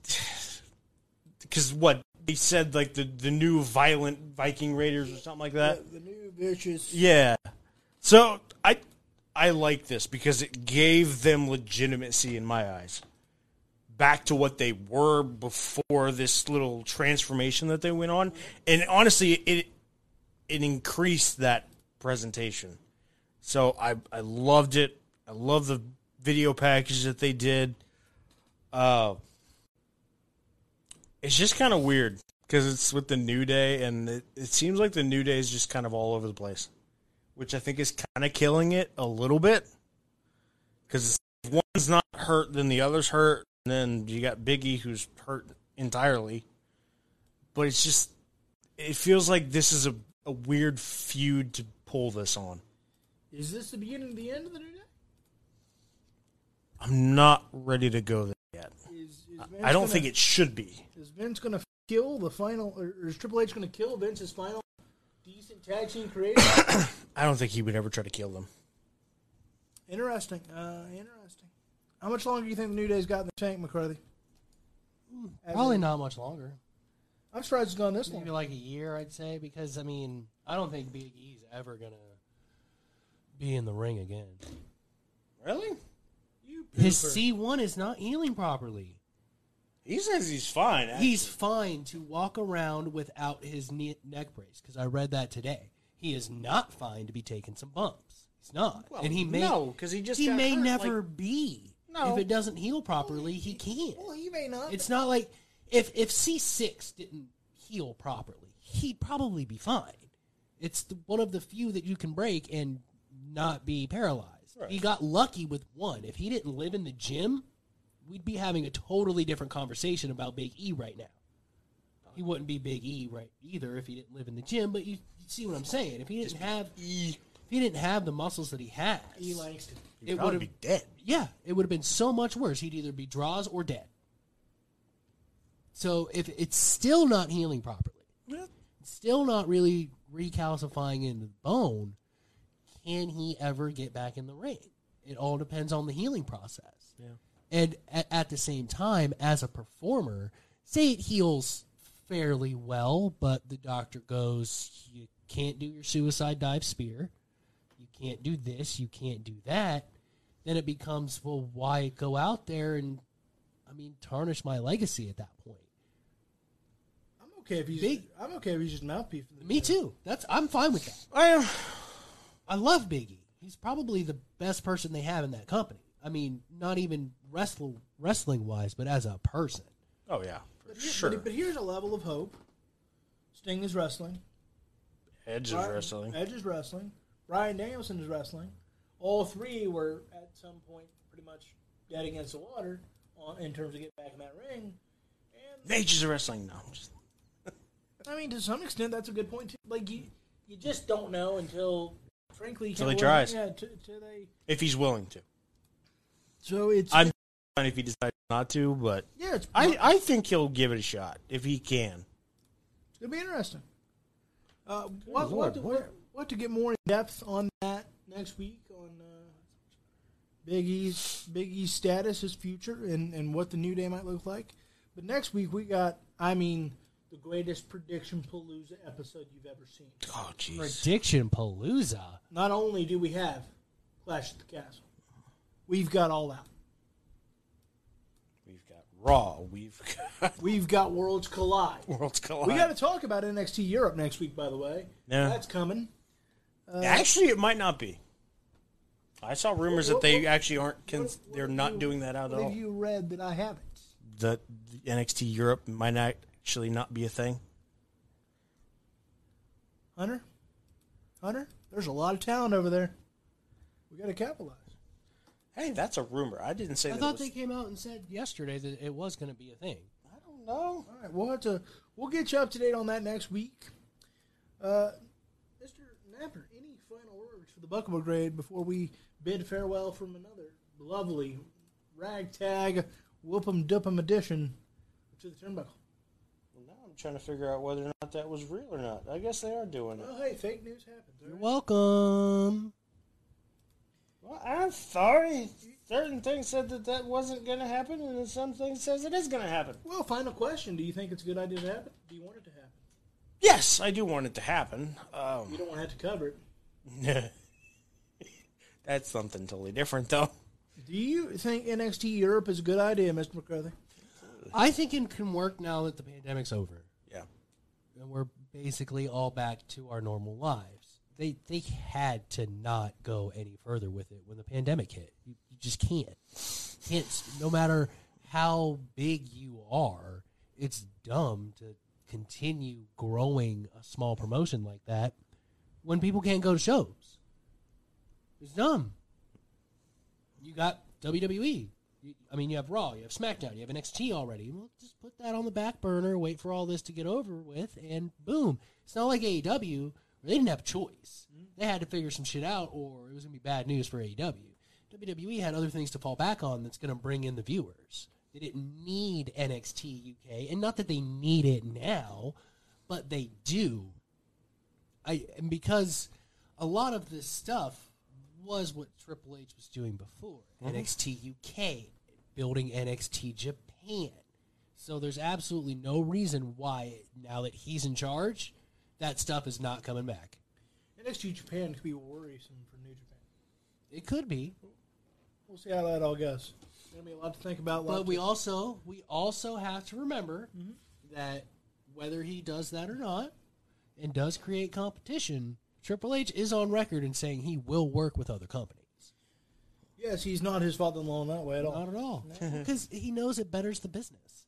S3: because what they said, like the the new violent Viking Raiders or something like that.
S2: The new vicious.
S3: Yeah. So I I like this because it gave them legitimacy in my eyes. Back to what they were before this little transformation that they went on. And honestly, it it increased that presentation. So I I loved it. I love the video package that they did. Uh it's just kind of weird because it's with the New Day, and it, it seems like the New Day is just kind of all over the place which I think is kind of killing it a little bit. Because if one's not hurt, then the other's hurt. And then you got Biggie, who's hurt entirely. But it's just, it feels like this is a, a weird feud to pull this on.
S2: Is this the beginning of the end of the new day?
S3: I'm not ready to go there yet.
S2: Is, is Vince
S3: I don't
S2: gonna-
S3: think it should be.
S2: Is Vince going to kill the final, or or is Triple H going to kill Vince's final decent tag team creator?
S3: I don't think he would ever try to kill them.
S2: Interesting. Uh, interesting. How much longer do you think the New Day's got in the tank, McCarthy? As
S1: Probably
S2: in-
S1: not much longer.
S2: I'm surprised it's gone this long.
S1: Maybe like a year, I'd say, because I mean, I don't think Big E's ever gonna be in the ring again.
S3: Really?
S1: His C one is not healing properly.
S3: He says he's fine.
S1: He's fine to walk around without his knee, neck brace because I read that today. He is not fine to be taking some bumps. He's not,
S3: Well,
S1: and he may
S3: no, 'cause he just
S1: he
S3: got
S1: may
S3: hurt,
S1: never be.
S3: No.
S1: if it doesn't heal properly, he can't.
S2: Well, he may not.
S1: It's not like if if C six didn't heal properly, he'd probably be fine. It's the, one of the few that you can break and not be paralyzed. He got lucky with one. If he didn't live in the gym, we'd be having a totally different conversation about Big E right now. He wouldn't be Big E right either if he didn't live in the gym. But you, you see what I'm saying? If he didn't have
S3: E.
S1: if he didn't have the muscles that he has,
S2: E. Langston.
S1: it
S3: probably
S1: would
S3: be
S1: have
S3: dead.
S1: yeah, it would have been so much worse. He'd either be draws or dead. So if it's still not healing properly, it's still not really recalcifying into the bone, can he ever get back in the ring? It all depends on the healing process. Yeah. And at, at the same time, as a performer, say it heals fairly well, but the doctor goes, you can't do your suicide dive spear you can't do this, you can't do that, then it becomes, well, why go out there and, I mean, tarnish my legacy at that point?
S2: I'm okay if he's.
S1: Big-
S2: I'm okay if he's just mouthpiece. For the
S1: Me too. That's I'm fine with that.
S3: I am.
S1: I love Biggie. He's probably the best person they have in that company. I mean, not even wrestle wrestling wise, but as a person.
S3: Oh, yeah. for
S2: But, here-
S3: sure.
S2: but, but here's a level of hope. Sting is wrestling.
S3: Edge is
S2: Brian-
S3: wrestling.
S2: Edge is wrestling. Brian Danielson is wrestling. All three were at some point pretty much dead against the water on, in terms of getting back in that ring.
S3: Edge is wrestling. No, I'm just
S2: I mean, to some extent, that's a good point too. Like you, you just don't know until frankly, you
S3: Till
S2: can't
S3: he
S2: win.
S3: tries.
S2: Yeah, t- till they.
S3: if he's willing to.
S2: So it's
S3: I'm fine if he decides not to, but
S2: yeah, it's,
S3: I, I think he'll give it a shot if he can.
S2: it's gonna be interesting. Uh, what, what,
S3: Lord,
S2: to,
S3: what-
S2: what, what to get more in depth on that next week on uh, Big E's Big E's status, his future, and and what the new day might look like. But next week we got, I mean, the greatest prediction palooza episode you've ever seen.
S3: Oh jeez.
S1: Prediction Palooza.
S2: Not only do we have Clash at the Castle, we've got All Out.
S3: We've got Raw. We've got
S2: We've got Worlds Collide.
S3: Worlds Collide.
S2: We got to talk about NXT Europe next week, by the way.
S3: Yeah.
S2: That's coming. Uh,
S3: actually, it might not be. I saw rumors
S2: What-
S3: that they
S2: what-
S3: actually aren't. Cons-
S2: What- what
S3: they're
S2: have
S3: not
S2: you-
S3: doing that out at
S2: What
S3: all.
S2: have you read that I haven't?
S3: That the NXT Europe might not actually not be a thing.
S2: Hunter? Hunter? There's a lot of talent over there. We got to capitalize.
S3: Hey, that's a rumor. I didn't say
S1: I
S3: that.
S1: thought
S3: it was-
S1: they came out and said yesterday that it was going to be a thing.
S3: I don't know.
S2: All right, we'll have to we'll get you up to date on that next week. Uh, Mr. Napper, any final words for the Buckable grade before we bid farewell from another lovely ragtag whoop 'em dip 'em edition to the turnbuckle?
S3: Well, now I'm trying to figure out whether or not that was real or not. I guess they are doing it.
S2: Oh, hey, fake news happens. all
S1: You're
S2: right?
S1: welcome.
S3: Well, I'm sorry. Certain things said that that wasn't going to happen, and then some things says it is going to happen.
S2: Well, final question. Do you think it's a good idea to happen? Do you want it to happen?
S3: Yes, I do want it to happen.
S2: You
S3: Um,
S2: don't want to have to cover it.
S3: that's something totally different, though.
S2: Do you think NXT Europe is a good idea, Mr. McCarthy?
S1: I think it can work now that the pandemic's over
S3: Yeah.
S1: and we're basically all back to our normal lives. They they had to not go any further with it when the pandemic hit. You, you just can't. Can't s- no matter how big you are, it's dumb to continue growing a small promotion like that when people can't go to shows. It's dumb. You got WWE. You- I mean, you have Raw, you have SmackDown, you have NXT already. Well, just put that on the back burner, wait for all this to get over with, and boom. It's not like AEW, where they didn't have a choice. They had to figure some shit out, or it was going to be bad news for E AEW. WWE E had other things to fall back on that's going to bring in the viewers. They didn't need NXT UK, and not that they need it now, but they do. I and because a lot of this stuff was what Triple H was doing before NXT UK, building NXT Japan. So there's absolutely no reason why now that he's in charge, that stuff is not coming back.
S2: NXT Japan could be worrisome for New Japan.
S1: It could be,
S2: We'll see how that all goes. There's gonna be a lot to think about. a lot
S1: but we
S2: to-
S1: also we also have to remember that whether he does that or not, and does create competition, Triple H is on record in saying he will work with other companies.
S2: yes, he's not his father-in-law in that way at all.
S1: Not at all. Because he knows it betters the business.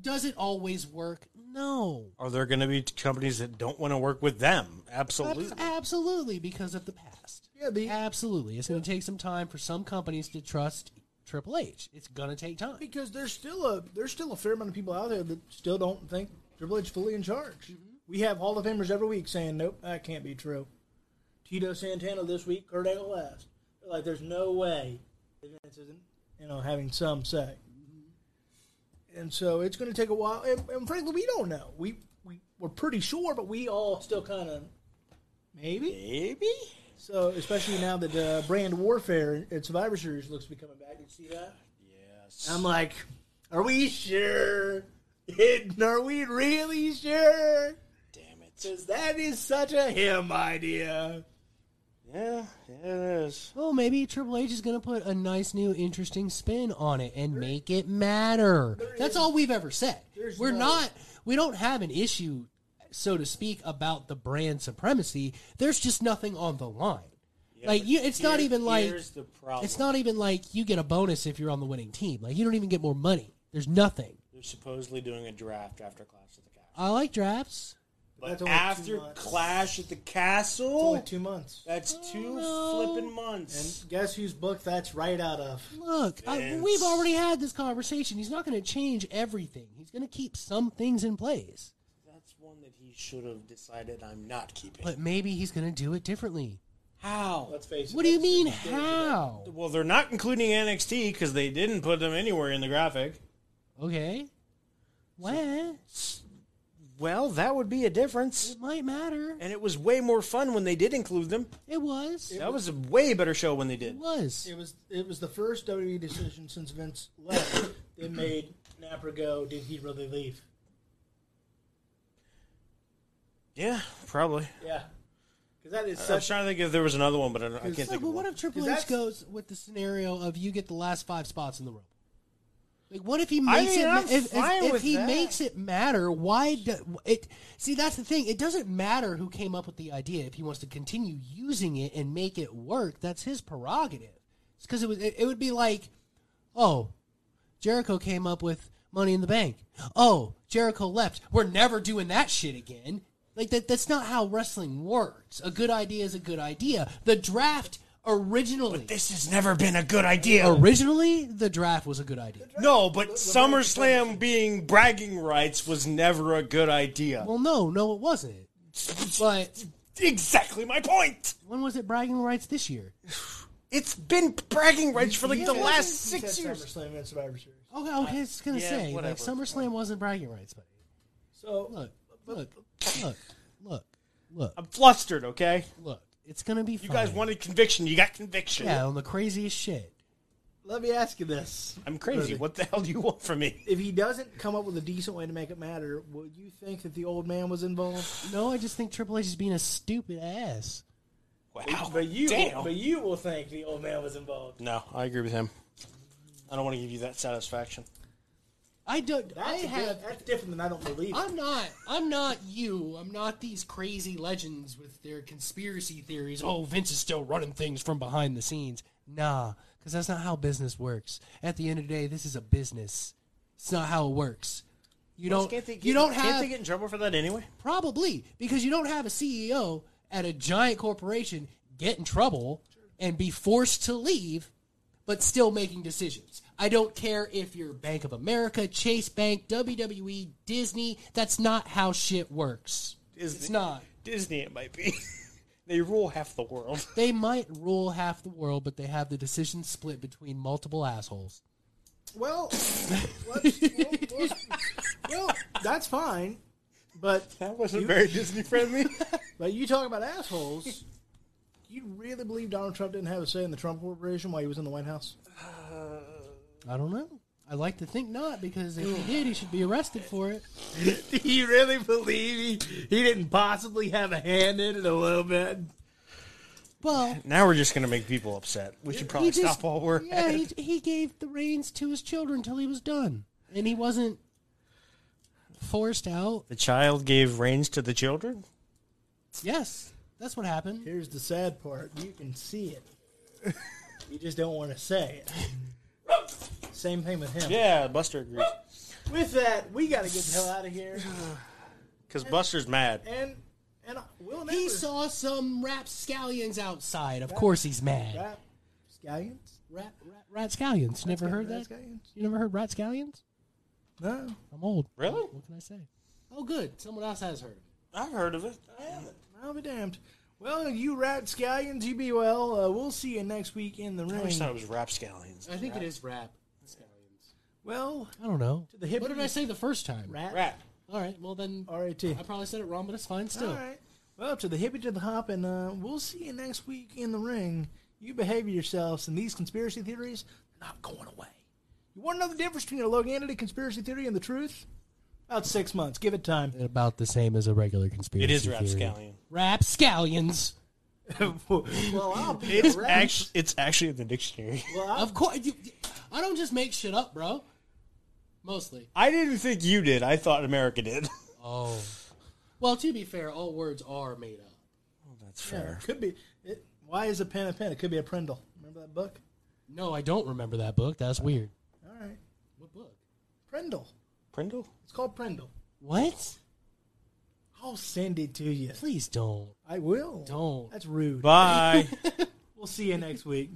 S1: Does it always work? No.
S3: Are there going to be companies that don't want to work with them? Absolutely.
S1: Absolutely, because of the past.
S2: Yeah, the-
S1: Absolutely. It's going to take some time for some companies to trust Triple H. It's going to take time.
S2: Because there's still a there's still a fair amount of people out there that still don't think Triple H fully in charge. We have Hall of Famers every week saying, "Nope, that can't be true." Tito Santana this week, Kurt Angle last. They're like, "There's no way." And that's isn't you know having some say. And so it's going to take a while, and, and frankly, we don't know. We we we're pretty sure, but we all still kind of maybe
S3: Maybe?
S2: So, especially now that uh, brand warfare at Survivor Series looks to be coming back. You see that? Yes. I'm like, are we sure? are we really sure?
S3: Damn it.
S2: Because that is such a him idea.
S3: Yeah, yeah, it is.
S1: Well, maybe Triple H is going to put a nice, new, interesting spin on it and make it matter. That's all we've ever said.
S2: There's
S1: We're
S2: no-
S1: not, we don't have an issue, so to speak, about the brand supremacy. There's just nothing on the line. like, you, it's not
S3: Here-
S1: even like.
S3: Here's the problem.
S1: It's not even like you get a bonus if you're on the winning team. Like you don't even get more money. There's nothing.
S3: They're supposedly doing a draft after Clash at the Castle.
S1: I like drafts.
S2: That's
S3: But
S2: only two
S3: after
S2: months.
S3: Clash at the
S2: It's only
S3: Castle,
S2: two months. Oh,
S3: that's two flipping months.
S2: And guess whose book that's right out of?
S1: Look, I,
S3: Vince.
S1: we've already had this conversation. He's not going to change everything. He's going to keep some things in place,
S3: that's one that he should have decided I'm not keeping.
S1: but maybe he's going to do it differently. How?
S2: Let's face it,
S1: What do you
S2: that's-
S1: mean how?
S3: Well, they're not including NXT because they didn't put them anywhere in the graphic.
S1: Okay. Well,
S3: Well, that would be a difference.
S1: it might matter.
S3: And it was way more fun when they did include them.
S1: It was. It
S3: That was a way better show when they did.
S1: was.
S2: It was it was the first WWE decision since Vince left that made Napper go. Did he really leave?
S3: Yeah, probably.
S2: Yeah, because that is
S3: I was
S2: such.
S3: trying to think if there was another one, but I, don't- I can't
S1: It's like,
S3: think
S1: well,
S3: of
S1: what
S3: one.
S1: if Triple
S2: Because
S1: H
S2: that's-
S1: goes with the scenario of you get the last five spots in the room? Like, what if he
S3: I
S1: makes
S3: mean,
S1: it? ma-
S3: I'm
S1: if, if-
S3: fine
S1: if
S3: with
S1: he
S3: that.
S1: makes it matter, why do, it? See, that's the thing. It doesn't matter who came up with the idea. If he wants to continue using it and make it work, that's his prerogative. It's because it was. It, it would be like, oh, Jericho came up with Money in the Bank. Oh, Jericho left. We're never doing that shit again. Like that that's not how wrestling works. A good idea is a good idea. The draft originally
S3: This has never been a good idea.
S1: originally the draft was a good idea.
S3: Oh, No, but SummerSlam being bragging rights was never a good idea.
S1: Well no, no it wasn't. But
S3: exactly my point.
S1: when was it bragging rights this year?
S3: It's been bragging rights for like the
S2: Yeah.
S3: last
S2: He said
S3: six years.
S2: SummerSlam and Survivor Series.
S1: Okay, I was gonna
S3: yeah,
S1: say
S3: whatever.
S1: like SummerSlam wasn't bragging rights, but
S2: So
S1: look, look, look, look, look,
S3: I'm flustered. Okay,
S1: look. It's gonna be
S3: you
S1: fine.
S3: guys wanted conviction. You got conviction.
S1: Yeah, on the craziest shit.
S2: let me ask you this:
S3: I'm crazy. What the hell do you want from me?
S2: If he doesn't come up with a decent way to make it matter, would you think that the old man was involved?
S1: No, I just think Triple H is being a stupid ass.
S3: Wow.
S2: But you,
S3: Damn.
S2: but you will think the old man was involved.
S3: No, I agree with him. I don't want to give you that satisfaction.
S1: I don't. I
S2: That's, a
S1: have.
S2: di- that's different than I don't believe. it.
S1: I'm not. I'm not you. I'm not these crazy legends with their conspiracy theories. Oh, Vince is still running things from behind the scenes. Nah, because that's not how business works. At the end of the day, this is a business. It's not how it works. You don't. you don't
S3: can't
S1: have
S3: they get in trouble for that anyway?
S1: probably because you don't have a CEO at a giant corporation get in trouble and be forced to leave, but still making decisions. I don't care if you're Bank of America, Chase Bank, WWE, Disney. That's not how shit works.
S3: Is
S1: it's
S3: the-
S1: not.
S3: Disney, it might be. they rule half the world.
S1: They might rule half the world, but they have the decision split between multiple assholes.
S2: Well, let's- well, well, well, that's fine. But
S3: That wasn't very Disney friendly.
S2: but you talk about assholes. You really believe Donald Trump didn't have a say in the Trump Corporation while he was in the White House?
S1: I don't know. I like to think not, because if he did, he should be arrested for it.
S2: Do you really believe he, he didn't possibly have a hand in it a little bit?
S1: Well,
S3: now we're just gonna make people upset. We should probably
S1: He just-
S3: stop while we're
S1: yeah.
S3: at
S1: He,
S3: it.
S1: he gave the reins to his children till he was done, and he wasn't forced out.
S3: The child gave reins to the children.
S1: Yes, that's what happened.
S2: Here's the sad part. You can see it. You just don't want to say it. Same thing with him.
S3: Yeah, Buster agrees
S2: With that, we got to get the hell out of here.
S3: because Buster's mad.
S2: And and we'll never.
S1: He saw some rapscallions outside. Of course, he's mad.
S2: Rat, scallions?
S1: Rat, rat, ratscallions. You never heard that?
S2: Scallions?
S1: You never heard ratscallions?
S2: No.
S1: I'm old.
S3: Really?
S1: What can I say? Oh, good. Someone else has heard.
S3: I've heard of it.
S2: I'll be damned. Well, you rat scallions, you be well. Uh, we'll see you next week in the
S3: I always thought
S2: ring.
S3: it was rapscallions.
S1: I think it is rap.
S2: Well,
S1: I don't know.
S2: the hip
S1: What did I say the first time?
S2: rat,
S3: Rap.
S1: All right. Well, then
S2: R-A-T.
S1: I probably said it wrong, but it's fine
S2: All
S1: still.
S2: right. Well, to the hippie to the hop, and uh, we'll see you next week in the ring. You behave yourselves, and these conspiracy theories are not going away. You want to know the difference between a Loganity conspiracy theory and the truth? About six months. Give it time.
S1: About the same as a regular conspiracy.
S3: It is
S1: theory.
S3: rapscallion.
S1: rapscallions.
S2: well, I'll be
S3: It's
S2: around.
S3: actually it's actually in the dictionary.
S1: Of course, you, I don't just make shit up, bro. Mostly.
S3: I didn't think you did. I thought America did.
S1: Oh. Well, to be fair, all words are made up.
S3: That's
S2: Yeah, it could be. It, why is a pen a pen? It could be a prindle. Remember that book?
S1: No, I don't remember that book. That's weird.
S2: All right.
S1: What book?
S2: Prindle.
S3: Prindle.
S2: It's called Prindle.
S1: What?
S2: I'll send it to you.
S1: Please don't.
S2: I will.
S1: Don't.
S2: That's rude.
S3: Bye.
S2: We'll see you next week.